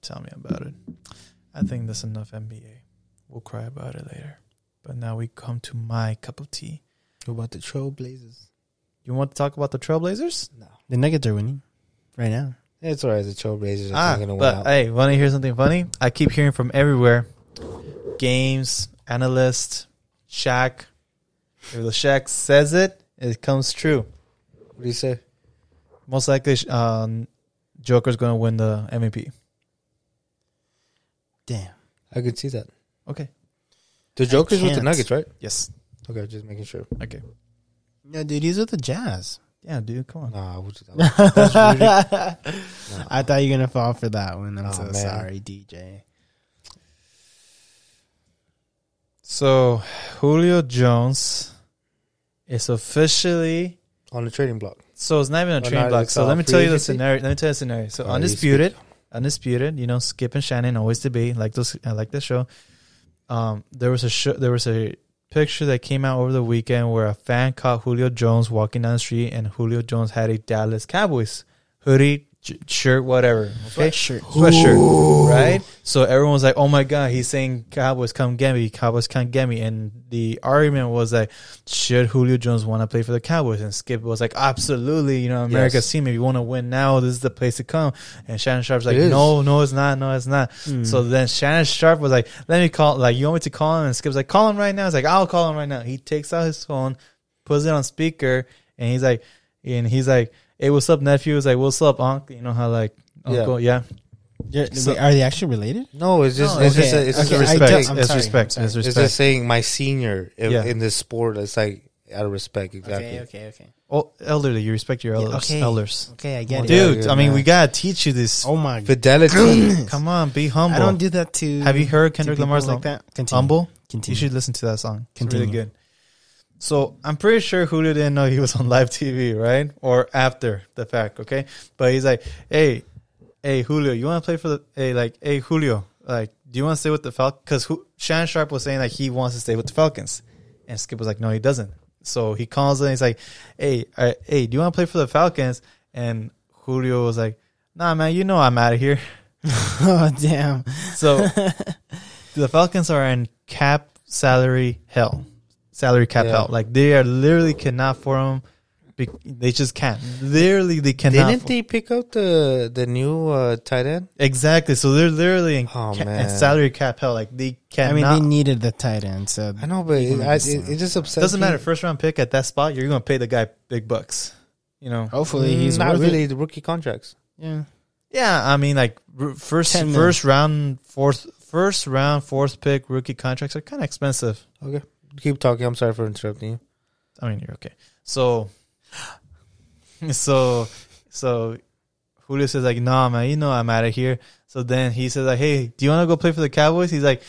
A: Tell me about it. I think that's enough NBA. We'll cry about it later. But now we come to my cup of tea.
B: What about the Trailblazers?
A: You want to talk about the Trailblazers?
B: No,
C: The Nuggets are winning right now.
B: it's alright. The Trailblazers are
A: Ah,
B: going to win
A: but
B: out.
A: hey, want to hear something funny? I keep hearing from everywhere games, analyst, Shaq. If the Shaq says it, it comes true.
B: what do you say?
A: Most likely, sh- um, Joker's going to win the MVP.
C: Damn.
B: I could see that.
A: Okay.
B: The Joker's with the
C: can't.
B: Nuggets, right?
A: Yes.
B: Okay, just making sure.
A: Okay.
C: No, dude, he's with the Jazz.
A: Yeah, dude, come on.
B: Nah, I would that (laughs) was-
C: (laughs)
B: nah.
C: I thought you were gonna fall for that one. I'm
B: Aw,
C: so
B: man.
C: sorry, DJ.
A: So, Julio Jones is officially.
B: on the trading block.
A: So it's not even a
B: Oh,
A: trading
B: no,
A: block.
B: it's
A: So
B: a
A: let me
B: free
A: tell you the
B: agency?
A: scenario. Let me tell you the scenario. So
B: Oh, you
A: undisputed, undisputed. You know, Skip and Shannon always debate like those. I like the show. Um, there was a show, there was a picture that came out over the weekend where a fan caught Julio Jones walking down the street, and Julio Jones had a Dallas Cowboys hoodie, j- shirt, whatever. Okay,
C: Sweatshirt.
A: sweatshirt, right? So everyone was like, "Oh my god, he's saying Cowboys come get me, Cowboys come get me," and the argument was like, "Should Julio Jones want to play for the Cowboys?" And Skip was like, "Absolutely, you know, America's
B: Yes.
A: team. If you want to win now, this is the place to come." And Shannon Sharp's like,
B: It is.
A: "No, oh, no, it's not, no, it's not."
C: Hmm.
A: So then Shannon Sharp was like, "Let me call. Like, you want me to call him?" And Skip's like, "Call him right now." It's like, "I'll call him right now." He takes out his phone, puts it on speaker, and he's like, and he's like, "Hey, what's up, nephew?" It's like, "What's up, uncle?" You know how like
B: Yeah.
A: uncle, yeah.
C: You're-
A: So-
C: wait, are they actually related?
B: No, it's just
A: No,
B: it's
A: okay,
B: just a, it's
C: okay,
B: just
C: I
B: a
C: don't-
B: respect.
A: Respect.
C: I'm
A: It's
C: sorry,
A: respect.
C: I'm
A: It's
C: sorry.
B: It's
A: respect.
B: just saying my senior in,
A: Yeah.
B: in this sport. It's like out of respect, exactly.
C: Okay, okay, okay.
A: Oh, elderly, you respect your
C: Yeah,
A: elders.
C: okay.
A: elders.
C: Okay, I get it.
B: Yeah,
A: Dude,
B: yeah,
A: I mean,
B: man.
A: we gotta teach you this.
C: Oh my god. (clears throat)
B: Fidelity.
A: Come on, be humble.
C: I don't do that to
A: Have you heard
C: to
A: Kendrick
C: people
A: Lamar's
C: like
A: like
C: that? Continue.
A: humble? You
C: Continue.
A: should listen to that song. It's really
C: Continue.
A: good. So I'm pretty sure Julio didn't know he was on live TV, right? Or after the fact, okay? But he's like, "Hey, hey, Julio, you want to play for the? Hey, like, hey, Julio, like, do you want to stay with the Falcons? Because Shannon Sharp was saying like he wants to stay with the Falcons, and Skip was like, no, he doesn't. So he calls and he's like, hey, uh, hey, do you want to play for the Falcons? And Julio was like, nah, man, you know I'm out of here.
C: (laughs)
A: (laughs)
C: oh damn.
A: So (laughs) the Falcons are in cap salary hell, salary cap
B: Yeah.
A: hell. Like they are literally cannot form. Be- they just can't. Literally, they cannot.
B: Didn't
A: for-
B: they pick up the the new uh, tight end?
A: exactly. So they're literally in,
B: Oh,
A: ca- in
B: man.
A: salary cap hell. Like they
C: I
A: cannot.
C: mean, they needed the tight end, so
B: I know, but it,
C: Yeah,
B: I,
C: it's,
B: it, it just upsets.
A: doesn't
B: me.
A: matter. First round pick at that spot, you're going to pay the guy big bucks. You know.
C: hopefully he's
B: Mm, not
C: worth it.
B: really the rookie contracts.
C: Yeah.
A: Yeah, I mean, like r- first
C: 10 mil.
A: first round fourth first round fourth pick rookie contracts are kind of expensive.
B: Okay, keep talking. I'm sorry for interrupting you.
A: I mean, you're okay. So, so, so Julio says like, nah, man, you know I'm out of here. So then he says like, hey, do you want to go play for the Cowboys? He's like,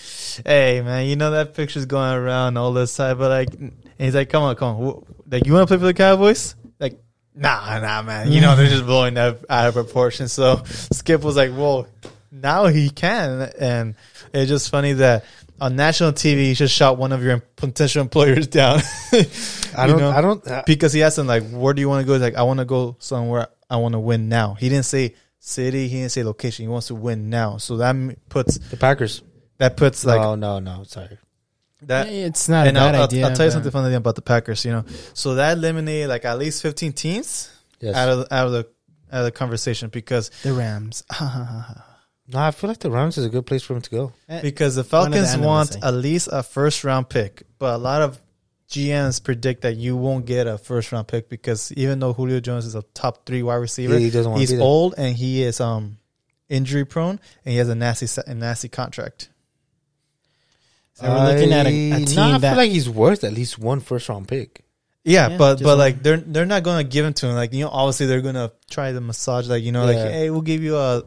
A: hey, man, you know that picture's going around all this time, but like, and he's like, come on, come on, Wh- like you want to play for the Cowboys? Like, nah, nah, man, you know they're just blowing that out of proportion. So Skip was like, whoa, now he can, and it's just funny that. On national TV, you just shot one of your potential employers down. (laughs)
B: I
A: You
B: don't.
A: know?
B: I don't. uh, I,
A: because he asked him like, "Where do you want to go?" He's like, "I want to go somewhere. I want to win now." He didn't say city. He didn't say location. He wants to win now. So that m- puts
B: the Packers.
A: that puts like
B: no, no, no. Sorry.
A: that.
C: It's not a
A: and I'll,
C: bad
A: I'll-
C: idea.
A: I'll tell you
C: but-
A: something funny about the Packers. You know, so that eliminated like at least fifteen teams
B: Yes.
A: out of out of the out of the conversation because
C: The Rams. (laughs)
B: no, I feel like the Rams is a good place for him to go.
A: because the
C: Eh, One of the eh.
A: Falcons
C: analysts
A: want
C: say.
A: at least a first round pick, but a lot of GMs predict that you won't get a first round pick because even though Julio Jones is a top three wide receiver,
B: He doesn't want
A: he's
B: to be there.
A: old and he is um injury prone and he has a nasty sa- a nasty contract.
C: So we're looking at a, a
B: I-
C: team
B: no, I
C: that
B: feel like he's worth at least one first round pick.
A: Yeah,
C: Yeah,
A: but
C: just
A: but
C: one.
A: like they're they're not gonna give him to him. Like you know, obviously they're gonna try to massage. Like you know, like
B: Yeah.
A: hey, we'll give you a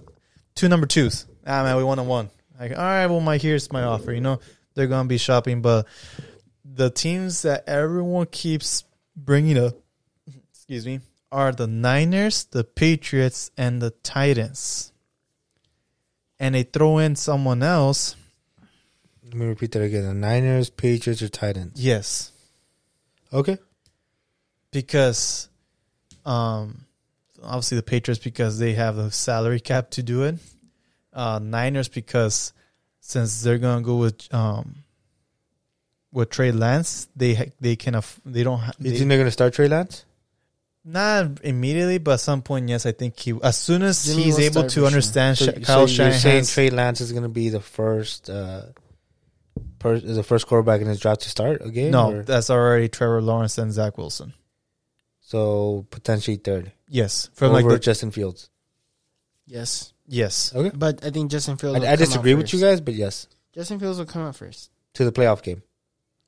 A: two number twos. Ah man, we want a one. Like all right, well my here's my offer. You know, they're gonna be shopping, but the teams that everyone keeps bringing up, excuse me, are the Niners, the Patriots, and the Titans. And they throw in someone else.
B: Let me repeat that again: the Niners, Patriots, or Titans.
A: Yes,
B: Okay.
A: because um obviously the Patriots because they have the salary cap to do it. uh, Niners because since they're gonna go with um with Trey Lance, they ha- they can aff- they don't ha-
B: You
A: they-
B: think they're gonna start Trey Lance?
A: not immediately, but at some point, yes, I think he as soon as
C: Jimmy
A: he's
C: will
A: able
C: start for
A: to
C: sure.
A: understand
B: So,
A: Sha- Kyle
B: so you're saying
A: Shanahan's
B: Trey Lance is gonna be the first, uh, per, the first quarterback in his draft to start again?
A: no,
B: or-
A: that's already Trevor Lawrence and Zach Wilson.
B: so potentially third
A: Yes, from
B: over
A: like the,
B: Justin Fields.
C: Yes,
A: yes,
B: Okay,
C: but I think Justin Fields.
B: I,
C: will
B: I
C: come out
B: disagree with
C: first.
B: you guys, but yes,
C: Justin Fields will come out first.
B: to the playoff game,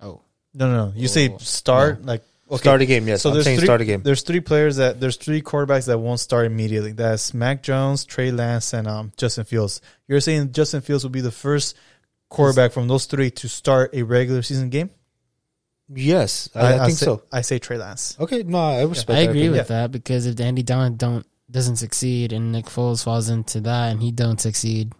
C: Oh,
A: no, no, no. You say
C: Oh,
A: start like okay.
B: start a game. Yes,
A: So
B: I'm
A: there's
B: saying
A: three-
B: start a game.
A: There's three players that there's three quarterbacks that won't start immediately. That's Mac Jones, Trey Lance, and um, Justin Fields. You're saying Justin Fields will be the first quarterback from those three to start a regular season game?
B: Yes, I, I think
A: say,
B: so.
A: I say Trey Lance.
B: Okay, no, I respect.
C: I
B: that
C: agree
B: opinion.
A: Yeah.
C: with that because if Andy Dalton don't doesn't succeed and Nick Foles falls into that and he don't succeed,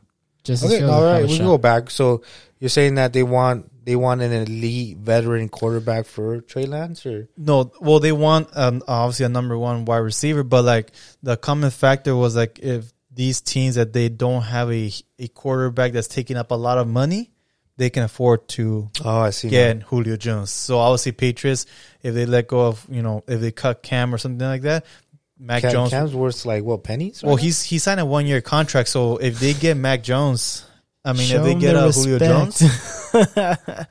C: Justin
B: Okay,
C: Fields.
B: all
C: will
B: right,
C: have a
B: we
C: shot.
B: can go back. So you're saying that they want they want an elite veteran quarterback for Trey Lance, or
A: No, well, they want um, obviously a number one wide receiver, but like the common factor was like if these teams that they don't have a a quarterback that's taking up a lot of money, they can afford to
B: oh, I see.
A: get Julio Jones. So obviously Patriots, if they let go of you know if they cut Cam or something like that, Mac
B: Cam,
A: Jones.
B: Cam's worth like what pennies?
A: well, he's he signed a one year contract, so if they get Mac Jones, I mean
C: Show
A: if they
C: him
A: get
C: the
A: uh, Julio
C: respect.
A: Jones,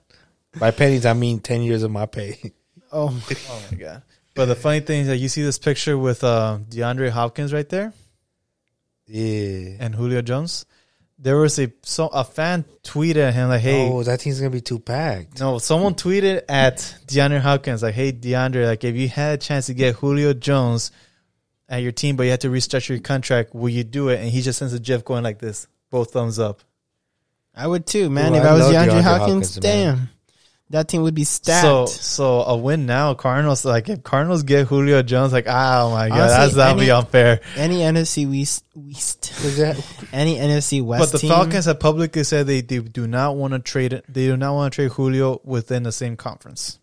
B: by pennies I mean ten years of my pay.
C: (laughs)
B: (laughs)
C: oh,
A: (laughs) oh my god. But the funny thing is that you see this picture with uh, DeAndre Hopkins right there.
B: yeah.
A: and Julio Jones, there was a so a fan tweeted at him like, "Hey,
B: Oh, that team's gonna be too packed.
A: no, someone tweeted at DeAndre Hopkins like, "Hey DeAndre, like if you had a chance to get Julio Jones at your team, but you had to restructure your contract, will you do it?" And he just sends a GIF going like this, both thumbs up.
C: I would too, man.
B: Ooh,
C: if
B: I
C: I, was
B: love
C: DeAndre,
B: DeAndre
C: Hopkins,
B: Hopkins, man.
C: damn, that team would be stacked.
A: So so a win now, Cardinals like if Cardinals get Julio Jones, like oh my god, that's
C: Honestly,
A: that'll be
C: any-
A: unfair.
C: any NFC West, West
B: Is that
C: any NFC West
A: But the
C: team,
A: Falcons have publicly said they, they do not want to trade it. They do not want to trade Julio within the same conference.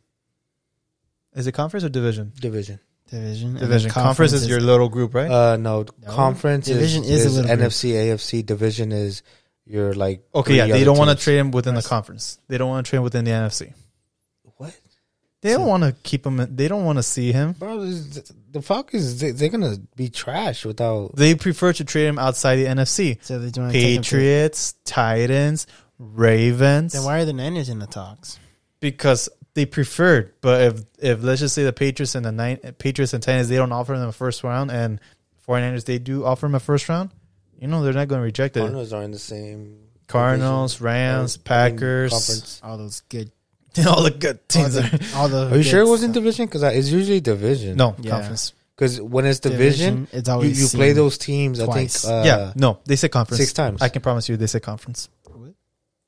A: Is it conference or division?
B: (laughs) division?
C: division, and
A: division.
C: the
A: Conference, is your little group, right?
B: Uh, no,
C: No.
B: conference
C: Division is
B: is,
C: a
B: is,
C: little bit-
B: NFC, AFC. Division is your like.
A: okay, yeah.
B: three
A: They
B: other
A: don't want to
B: teams.
A: trade him within the
C: Nice.
A: conference. They don't want to trade him within the NFC.
B: What?
A: They don't
B: So-
A: want to keep him. in- They don't want to see him.
B: Bro, is- the Falcons they, they're gonna be trash without.
A: They prefer to trade him outside the NFC.
C: so they don't Patriot.
A: Patriots, Titans, Ravens,
C: Then why are the Niners in the talks?
A: because they preferred. But if if let's just say the Patriots and the nine Patriots and Titans, they don't offer them a first round, and 49ers they do offer him a first round. You know they're not going to reject it. Cardinals,
B: Cardinals are in the same.
A: Rams,
B: division, I mean,
A: Packers,
B: conference.
C: All those good
A: (laughs) all the good
C: all
A: teams. Are,
C: the, all the
B: Are you
C: good
B: sure it wasn't
C: stuff.
B: division? Because it's usually division.
A: no
C: Yeah.
A: conference.
B: because when it's division,
C: It's
B: you,
C: always
B: you play
C: seen.
B: those teams.
C: twice.
B: I think uh,
A: yeah, no, they say conference
B: six times.
A: I can promise you, they say conference.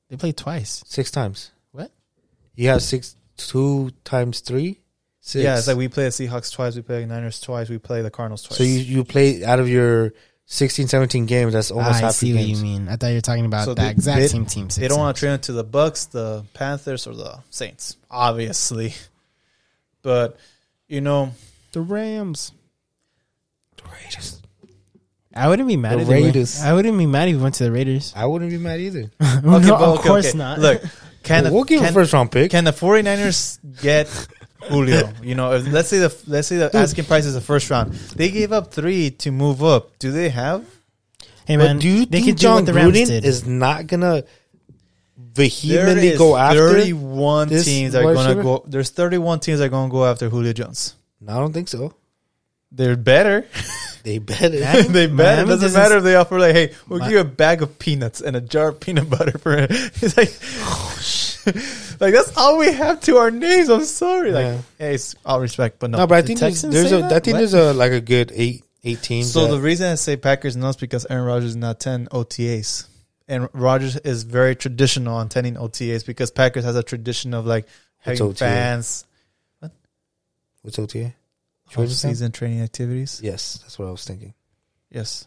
C: They play twice.
B: six times.
C: What?
B: You have six two times three. Six.
A: Yeah, it's like we play the Seahawks twice, we play the Niners twice, we play the Cardinals twice.
B: so you you play out of your 16, 17 games. That's almost
C: I
B: half
C: see
B: your
C: what
B: games.
C: you mean. I thought you were talking about
A: So
C: that
A: they-
C: exact
A: they-
C: same team.
A: they don't want to trade into the Bucks, the Panthers, or the Saints, obviously. (laughs) But you know,
C: the Rams. I wouldn't be mad
B: The
C: if they went-
B: Raiders.
C: I wouldn't be mad if we went to the Raiders.
B: I wouldn't be mad either.
C: (laughs)
A: (laughs)
C: no,
A: okay, but
C: of
A: okay,
C: course
A: okay.
B: (laughs)
C: not.
A: Look, can
B: we'll
A: the,
B: give a
A: can,
B: first round pick.
A: can the 49ers get Julio? You know, if, let's say the let's say the asking price is the first round. They gave up three to move up. Do they have?
C: (laughs) hey
B: But
C: man,
B: do you
C: they
B: think
C: could do
B: John
C: what the Rams
B: Gruden
C: did.
B: is not gonna
A: There
B: vehemently
A: is
B: go after? it?
A: 31
B: this
A: teams that are
B: wide
A: going to
B: receiver?
A: go. There's 31 teams that are going to go after Julio Jones.
B: No, I don't think so.
A: They're better.
B: They
A: (laughs)
B: better.
A: they bet. It
C: Miami
A: doesn't
C: doesn't-
A: matter if they offer like, hey, we'll
C: Mi-
A: give you a bag of peanuts and a jar of peanut butter for it. (laughs) It's (sighs) like, like that's all we have to our names. I'm sorry. Like,
B: Yeah.
A: hey, it's all respect, but no.
B: (laughs) No, but I
C: The
B: think there's,
C: Texans
B: there's
C: say
B: a. I
C: that?
B: think
C: What?
B: there's a like a good eight eight teams.
A: so
B: that-
A: the reason I say Packers no is because Aaron Rodgers is not 10 OTAs. And Rodgers is very traditional on tending OTAs because Packers has a tradition of like
B: What's
A: having
B: OTA?
A: fans,
B: what's OTA?
A: off
B: Training camp?
A: season training activities.
B: Yes, that's what I was thinking.
A: Yes.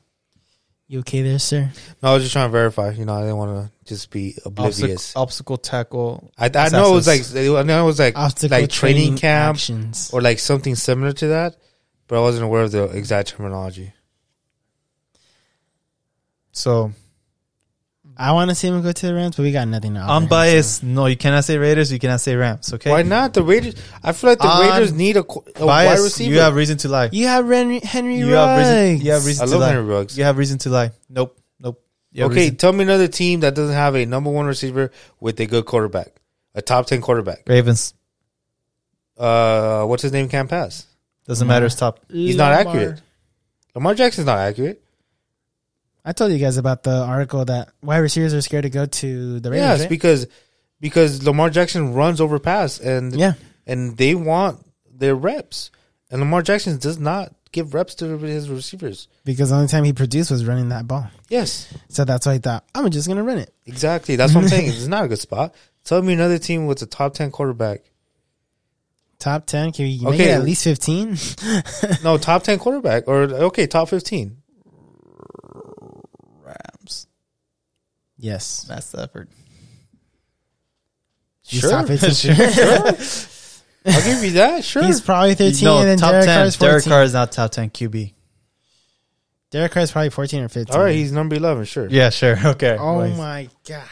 C: you okay there, sir?
B: No, I was just trying to verify. You know, I didn't want to just be
A: Obstacle,
B: oblivious.
A: obstacle tackle.
B: I, I know it was like
A: assassins.
B: I know it was like
C: Obstacle
B: like training camp
C: actions.
B: or like something similar to that, but I wasn't aware of the exact terminology.
A: So
C: I want to see him go to the Rams, but we got nothing. to offer
A: I'm
C: him,
A: biased. No, you cannot say Raiders. You cannot say Rams. Okay.
B: Why not the Raiders? I feel like the
A: On
B: Raiders need a, qu- a wide
A: Bias.
B: receiver.
A: You have reason to lie.
C: so. You have Henry, Henry
A: You have reason. You have
C: Ruggs.
A: reason
B: I
A: to
B: love
A: lie.
B: Henry Ruggs.
A: You have reason to lie. Nope. Nope. You have
B: okay,
A: reason.
B: tell me another team that doesn't have a number one receiver with a good quarterback, a top ten quarterback.
A: Ravens.
B: Uh, what's his name? Can't pass.
A: Doesn't matter. Stop.
B: He's not accurate. Lamar Jackson's not accurate.
C: I told you guys about the article that wide receivers are scared to go to the
B: yes,
C: Raiders. right?
B: because because Lamar Jackson runs over pass and
C: yeah.
B: and they want their reps, and Lamar Jackson does not give reps to his receivers.
C: Because the only time he produced was running that ball.
B: Yes,
C: So that's why he thought, I'm just going to run it.
B: exactly. That's what I'm
C: (laughs)
B: saying. It's not a good spot. Tell me another team with a top ten quarterback.
C: Top 10. Can we make
B: Okay.
C: it at least 15?
B: No, top ten quarterback or okay, top fifteen.
A: Rams.
C: (laughs) yes.
A: Matt Stafford.
C: He's
B: Sure. (laughs)
C: top 15. (laughs)
B: I'll give you that. Sure.
C: He's probably 13 and then
A: top
C: Derek
A: ten.
C: Carr is 14.
A: Derek Carr is not top ten QB.
C: Derek Carr is probably 14 or 15.
B: All right, he's number eleven. Sure. (laughs)
A: Yeah, sure. Okay.
C: Oh
A: Well,
C: my God.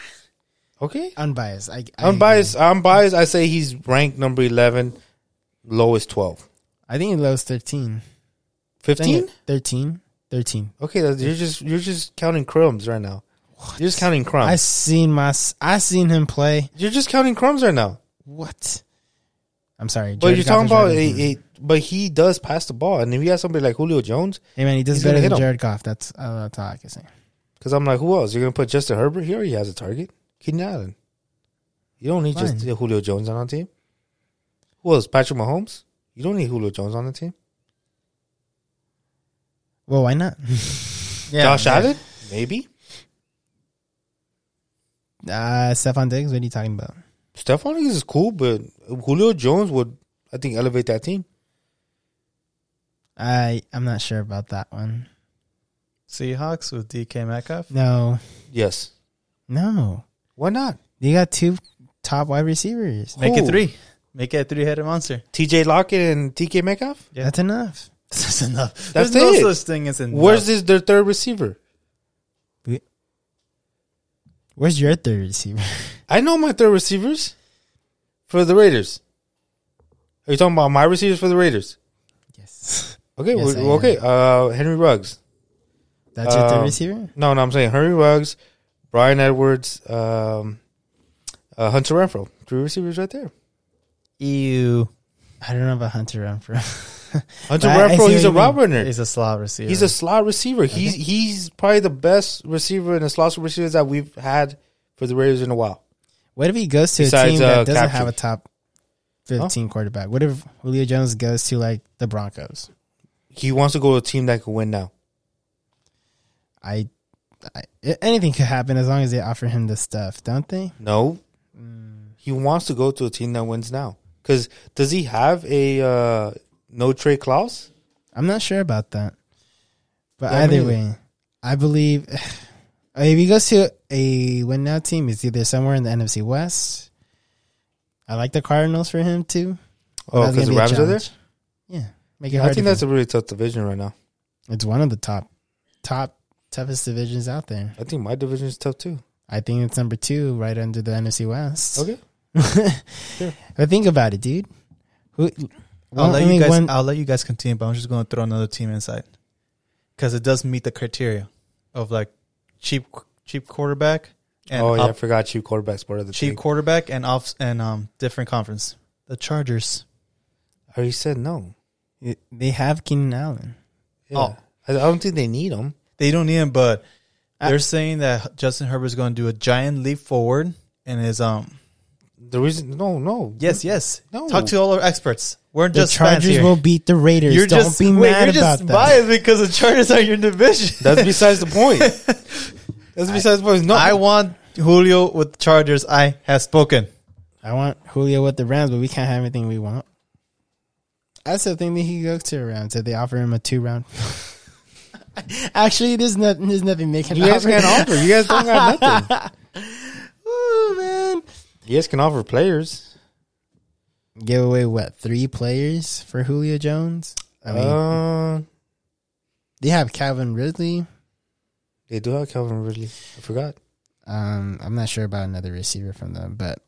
B: Okay.
C: Unbiased. I, I
B: I'm biased. I'm biased. I say he's ranked number eleven, lowest twelve.
C: I think he lows 13. Dang it,
B: Fifteen.
C: 13. 13.
B: Okay, that- you're just you're just counting crumbs right now. You're just counting crumbs.
C: I seen my s- I seen him play.
B: you're just counting crumbs right now.
C: What? I'm sorry.
B: But
C: Jared
B: you're talking about
C: Goff is right in
B: a,
C: front of
B: a, but he does pass the ball, and if you have somebody like Julio Jones,
C: him. Hey man, he does
B: he's gonna
C: better
B: hit
C: than
B: him.
C: Jared Goff. That's uh, that's all I can say.
B: because I'm like, who else? You're gonna put Justin Herbert? He already has a target. Keenan Allen. You don't need just
C: Fine.
B: Julio Jones on our team. Who else? Patrick Mahomes. You don't need Julio Jones on the team.
C: Well, why not? (laughs)
A: yeah,
B: Josh
A: yeah.
B: Allen, maybe.
C: Uh Stephon Diggs, what are you talking about?
B: Stephon Diggs is cool, but Julio Jones would, I think, elevate that team.
C: I I'm not sure about that one.
A: Seahawks with DK Metcalf.
C: No.
B: Yes.
C: No.
B: Why not?
C: You got two top wide receivers.
A: Make
B: Who?
A: it three. Make it a three-headed monster. (laughs)
B: T.J. Lockett and T.K. Metcalf.
A: Yeah.
C: That's enough.
A: That's enough.
B: That's
A: There's
B: it.
A: no such thing as enough.
B: Where's this their third receiver?
C: Where's your third
B: (laughs)
C: receiver?
B: I know my third receivers for the Raiders. Are you talking about my receivers for the Raiders?
C: yes.
B: Okay,
C: Yes,
B: well,
C: I am.
B: okay. Uh, Henry Ruggs.
C: That's your
B: Um,
C: third receiver?
B: No, no, I'm saying Henry Ruggs, Brian Edwards, um, uh, Hunter Renfro. Three receivers right there. E
A: Ew.
C: I don't know about Hunter Renfro. (laughs)
B: Hunter
C: I- I see
B: Renfro,
C: what
B: he's
C: you
B: a
C: mean.
B: rob runner.
A: He's a slot receiver.
B: He's a slot receiver. He's he's probably the best receiver in the slot receivers that we've had for the Raiders in a while.
C: what if he goes to
B: Besides,
C: a team that
B: uh, Oh.
C: doesn't have
B: Crabtree.
C: a top 15 quarterback? What if Julio Jones goes to like the Broncos?
B: He wants to go to a team that can win now.
C: I, I anything could happen as long as they offer him the stuff, don't they?
B: No, he wants to go to a team that wins now. Because does he have a uh, no trade clause?
C: I'm not sure about that. But
B: Yeah, me
C: either
B: neither.
C: way, I believe (sighs) if he goes to a win now team, it's either somewhere in the NFC West. I like the Cardinals for him too.
B: Oh,
C: That's
B: because the
C: gonna be a
B: Rams are there.
C: challenge. Yeah, make it hard.
B: I think that's a really tough division right now.
C: it's one of the top, top toughest divisions out there.
B: I think my division is tough too.
C: I think it's number two, right under the NFC West. (laughs)
B: Okay,
C: But think about it, dude. Who?
A: I'll
C: well,
A: let
C: I mean,
A: you guys.
C: when-
A: I'll let you guys continue, but I'm just gonna throw another team inside because it does meet the criteria of like cheap, cheap quarterback and
B: oh yeah, I
A: up-
B: forgot you quarterbacks part of the
A: cheap
B: team.
A: quarterback and off and um different conference. The Chargers.
B: I already said no.
C: they have Keenan Allen.
B: Yeah.
A: Oh.
B: I, I don't think they need him.
A: They don't need him, but
C: I-
A: they're saying that Justin Herbert's going to do a giant leap forward and is um
B: The reason, no, no,
A: yes, yes.
B: No.
A: Talk to all our experts. We're
C: The
A: just fans
C: Chargers
A: here.
C: will beat the Raiders.
A: You're
C: Don't
A: just
C: be
A: wait,
C: mad
A: you're
C: about
A: just
C: that.
A: biased because the Chargers are your (laughs) division.
B: That's besides the point. That's besides the point. No,
A: I want Julio with Chargers. I have spoken.
C: I want Julio with the Rams, but we can't have anything we want. I still think that he goes to the Rams if they offer him a two round. (laughs) Actually, there's nothing. There's nothing they can
B: you guys
C: offer.
B: can't offer. You guys don't got nothing.
C: Ooh, man.
B: You guys can offer players.
C: (laughs) Give away what three players for Julio Jones? I mean,
B: uh,
C: they have Calvin Ridley.
B: they do have Calvin Ridley. I forgot.
C: Um, I'm not sure about another receiver from them, but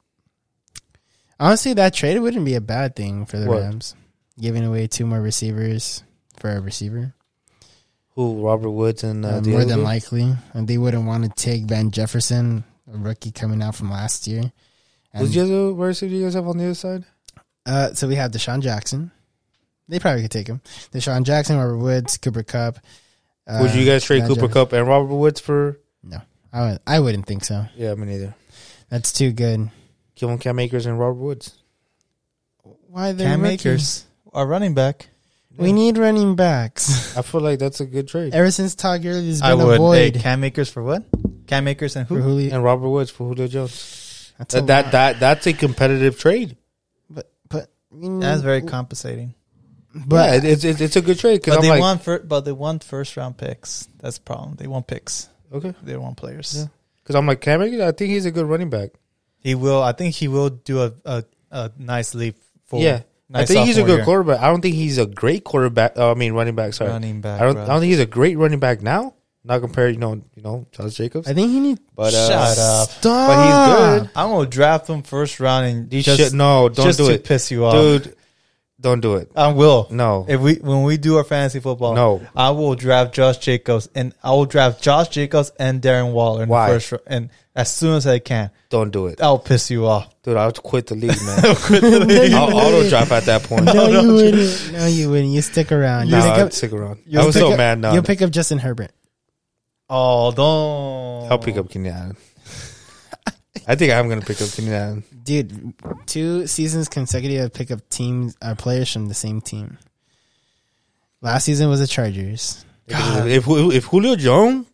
C: honestly, that trade wouldn't be a bad thing for the
B: What?
C: Rams, giving away two more receivers for a receiver.
B: Who Robert Woods and uh,
C: Uh,
B: the
C: more
B: other
C: than
B: dude?
C: likely, and they wouldn't want to take Van Jefferson, a rookie coming out from last year.
B: Who's
C: And,
B: the other receiver you guys have on the other side?
C: uh, so we have Deshaun Jackson. They probably could take him. Deshaun Jackson, Robert Woods, Cooper Cup. Uh,
B: Would you guys trade
C: Van
B: Cooper
C: Jefferson.
B: Cup and Robert Woods for?
C: I, would, I wouldn't think so.
B: Yeah, me neither.
C: That's too good.
B: Kevin Cam Akers and Robert Woods.
C: Why they're
A: Cam
C: rookies?
A: Akers, our running back.
C: We need
B: (laughs)
C: running backs.
B: I feel like that's a good trade.
C: Ever since Todd Gurley has been
A: I would.
C: a void
A: Hey, Cam Akers for what? Cam Akers and
C: for
A: who?
C: Julio.
B: And Robert Woods for Julio Jones.
C: That's a
B: That, that
C: lot.
B: that that's a competitive trade.
C: but but we need,
A: That's very compensating.
B: But
C: But
B: it's, it's it's a good trade because
A: But
B: I'm
A: they
B: like
A: want fir- but they want first round picks. That's the problem. They want picks.
B: okay
A: They don't want players.
B: Yeah. because I'm like Cam Akers. I think he's a good running back.
A: He will. I think he will do a a, a nice leap forward.
B: Yeah,
A: nice
B: I think he's a
A: sophomore
B: good
A: year.
B: quarterback. I don't think he's a great quarterback. Uh, I mean running back. Sorry,
A: running back.
B: I don't
A: bro.
B: I don't think he's a great running back now. Not compared, you know, you know, Charles Jacobs.
C: I think he needs.
B: But uh,
A: Shut up. Ah.
C: Stop.
B: But he's good.
A: I'm gonna draft him first round and
B: You
A: just,
B: should no, don't
A: just
B: do
A: to
B: it,
A: piss you off,
B: dude. Don't do it.
A: I will.
B: No,
A: If we when we do our fantasy football,
B: no.
A: I will draft Josh Jacobs and I will draft Josh Jacobs and Darren Waller in
B: Why?
A: the first round. And as soon as I can,
B: Don't do it,
A: I'll piss you off.
B: dude. I'll quit the league, man.
C: No,
B: I'll auto drop at that point.
C: no,
B: (laughs)
C: you wouldn't. No, you wouldn't. You stick around.
B: No,
C: You pick
B: I'd
C: up,
B: stick around.
C: you'll
B: I was
C: pick
B: so
C: up-
B: mad now.
C: You'll pick up Justin Herbert.
A: Oh, don't.
B: I'll pick up Kenny Allen. I think I'm gonna pick up Kenny Allen.
C: Dude, two seasons consecutive I pick up teams uh, players from the same team. Last season was the Chargers.
A: God.
B: If if Julio Jones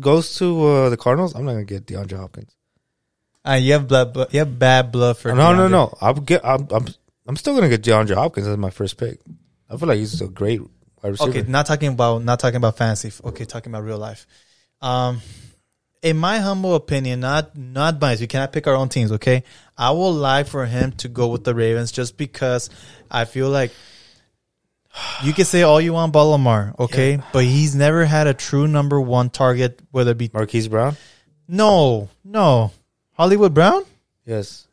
B: goes to uh, the Cardinals, I'm not gonna get DeAndre Hopkins.
A: Uh, you have blood. bu- You have bad blood for
B: No, no,
A: DeAndre.
B: no. I'm get. I'm, I'm. I'm still gonna get DeAndre Hopkins as my first pick. I feel like he's a great wide receiver.
A: Okay, not talking about not talking about fantasy. Okay, talking about real life. Um, in my humble opinion, not not biased. We cannot pick our own teams. Okay, I will lie for him to go with the Ravens just because I feel like you can say all you want about Lamar, okay, but he's never had a true number one target, whether it be
B: Marquise Brown.
A: no, no Hollywood Brown.
B: Yes,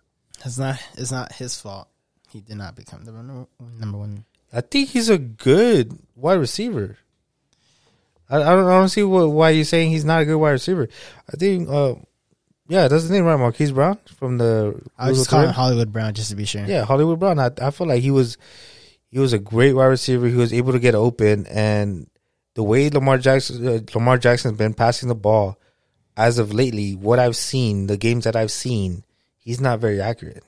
C: It's not. It's not his fault. He did not become the number number one.
B: I think he's a good wide receiver. I, I don't. I don't see what, why you're saying he's not a good wide receiver. I think. Uh, yeah, that's the name right, Marquise Brown from the.
C: I was just calling Hollywood Brown just to be sure.
B: Yeah, Hollywood Brown. I, I feel like he was he was a great wide receiver. He was able to get open, and the way Lamar Jackson uh, Lamar Jackson's been passing the ball as of lately, what I've seen, the games that I've seen, he's not very accurate.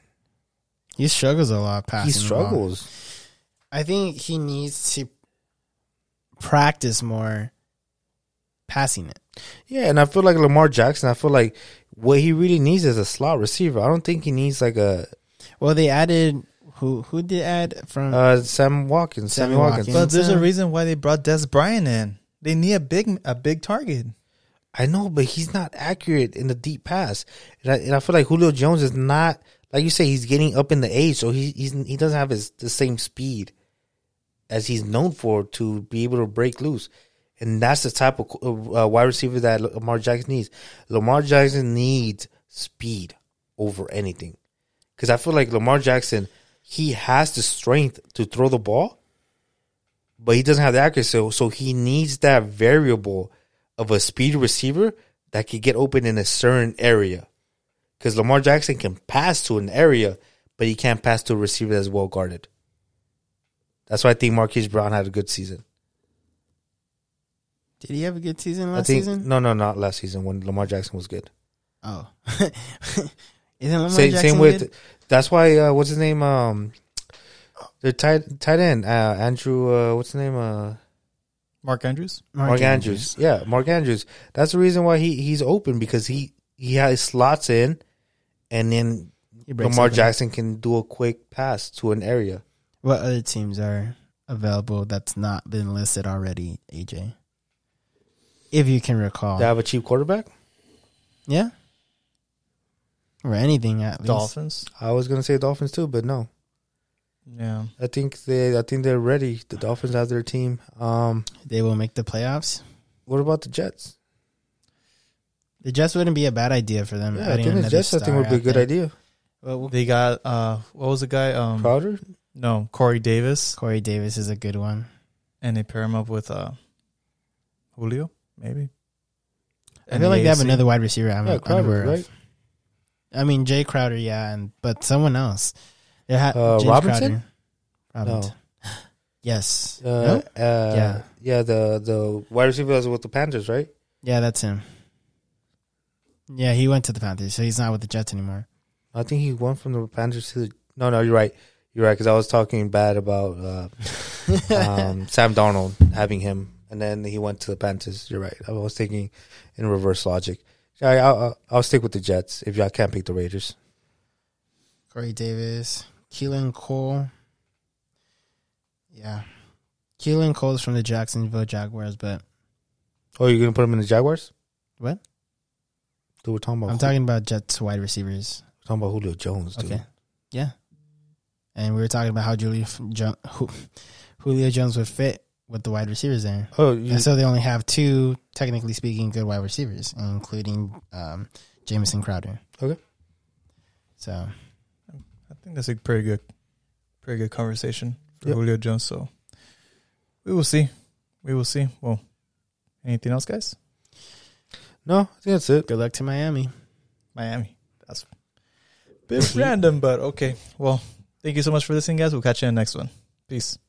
C: He struggles a lot
B: He
C: passing. the ball.
B: struggles.
C: I think he needs to practice more passing it.
B: Yeah, and I feel like Lamar Jackson. I feel like what he really needs is a slot receiver. I don't think he needs like a
C: Well, they added who? Who did add from?
B: uh, Sam Watkins.
C: Sammy
B: Sammy Watkins.
C: Watkins.
A: But there's
C: so.
A: a reason why they brought Des Bryant in. They need a big a big target.
B: I know, but he's not accurate in the deep pass, and I, and I feel like Julio Jones is not like you say. He's getting up in the age, so he he's, he doesn't have his the same speed as he's known for to be able to break loose, and that's the type of uh, wide receiver that Lamar Jackson needs. Lamar Jackson needs speed over anything, because I feel like Lamar Jackson he has the strength to throw the ball, but he doesn't have the accuracy. So, so he needs that variable of a speed receiver that could get open in a certain area. Because Lamar Jackson can pass to an area, but he can't pass to a receiver that's well guarded. That's why I think Marquise Brown had a good season.
C: did he have a good season
B: I
C: last
B: think
C: season?
B: no, no, not last season when Lamar Jackson was good.
C: Oh, (laughs) isn't Lamar
B: Same,
C: Jackson
B: same with
C: good?
B: that's why uh, what's his name um the tight tight end uh, Andrew uh, what's his name uh
A: Mark Andrews.
B: Mark, Andrews. Yeah, Mark Andrews. That's the reason why he he's open because he he has slots in, and then
C: He breaks
B: Lamar
C: open.
B: Jackson can do a quick pass to an area.
C: What other teams are available that's not been listed already, AJ? If you can recall.
B: They have a cheap quarterback.
C: yeah? Or anything at least.
A: Dolphins.
B: I was gonna say Dolphins too, but no.
A: Yeah.
B: I think they I think they're ready. The Dolphins have their team. Um,
C: They will make the playoffs.
B: what about the Jets?
C: The Jets wouldn't be a bad idea for them.
B: Yeah, I think
C: adding
B: the
C: another
B: Jets. I think
C: star
B: would be a
C: out
B: good
C: there.
B: idea.
C: Well, we'll-
A: They got uh, what was the guy? Um,
B: Crowder.
A: no, Corey Davis,
C: Corey Davis is a good one.
A: and they pair him up with uh, Julio, maybe.
C: I feel like they have another wide receiver. I'm
B: Yeah, Crowder,
C: unaware of.
B: right?
C: I mean, Jay Crowder, yeah, and but someone else. They had
B: Uh,
C: James
B: Robinson?
C: Crowder. Robinson. Yes.
B: Uh,
C: No?
B: uh,
C: Yeah.
B: yeah, The the wide receiver was with the Panthers, right?
C: Yeah, that's him. Yeah, he went to the Panthers, so he's not with the Jets anymore.
B: I think he went from the Panthers to the. No, no, you're right. You're right because I was talking bad about uh,
C: (laughs)
B: um, Sam Donald having him, and then he went to the Panthers. You're right. I was thinking in reverse logic. I, I, I'll stick with the Jets if y'all can't pick the Raiders.
C: Corey Davis, Keelan Cole. Yeah, Keelan Cole's from the Jacksonville Jaguars, but
B: Oh, you're gonna put him in the Jaguars?
C: What?
B: Dude, we're talking about.
C: I'm
B: Ju-
C: talking about Jets wide receivers.
B: we're talking about Julio Jones, dude.
C: Okay, yeah, and we were talking about how Julio Jo- Ju- (laughs) Julio Jones would fit with the wide receivers there.
B: Oh, you,
C: And so they only have two, technically speaking, good wide receivers, including um, Jameson Crowder.
B: Okay.
C: So
A: I think that's a pretty good, pretty good conversation for
B: Yep.
A: Julio Jones. So we will see. We will see. Well, anything else, guys?
B: no, I think that's it.
C: good luck to Miami.
A: Miami. That's (laughs) a bit random, but okay. Well, thank you so much for listening, guys. We'll catch you in the next one. Peace.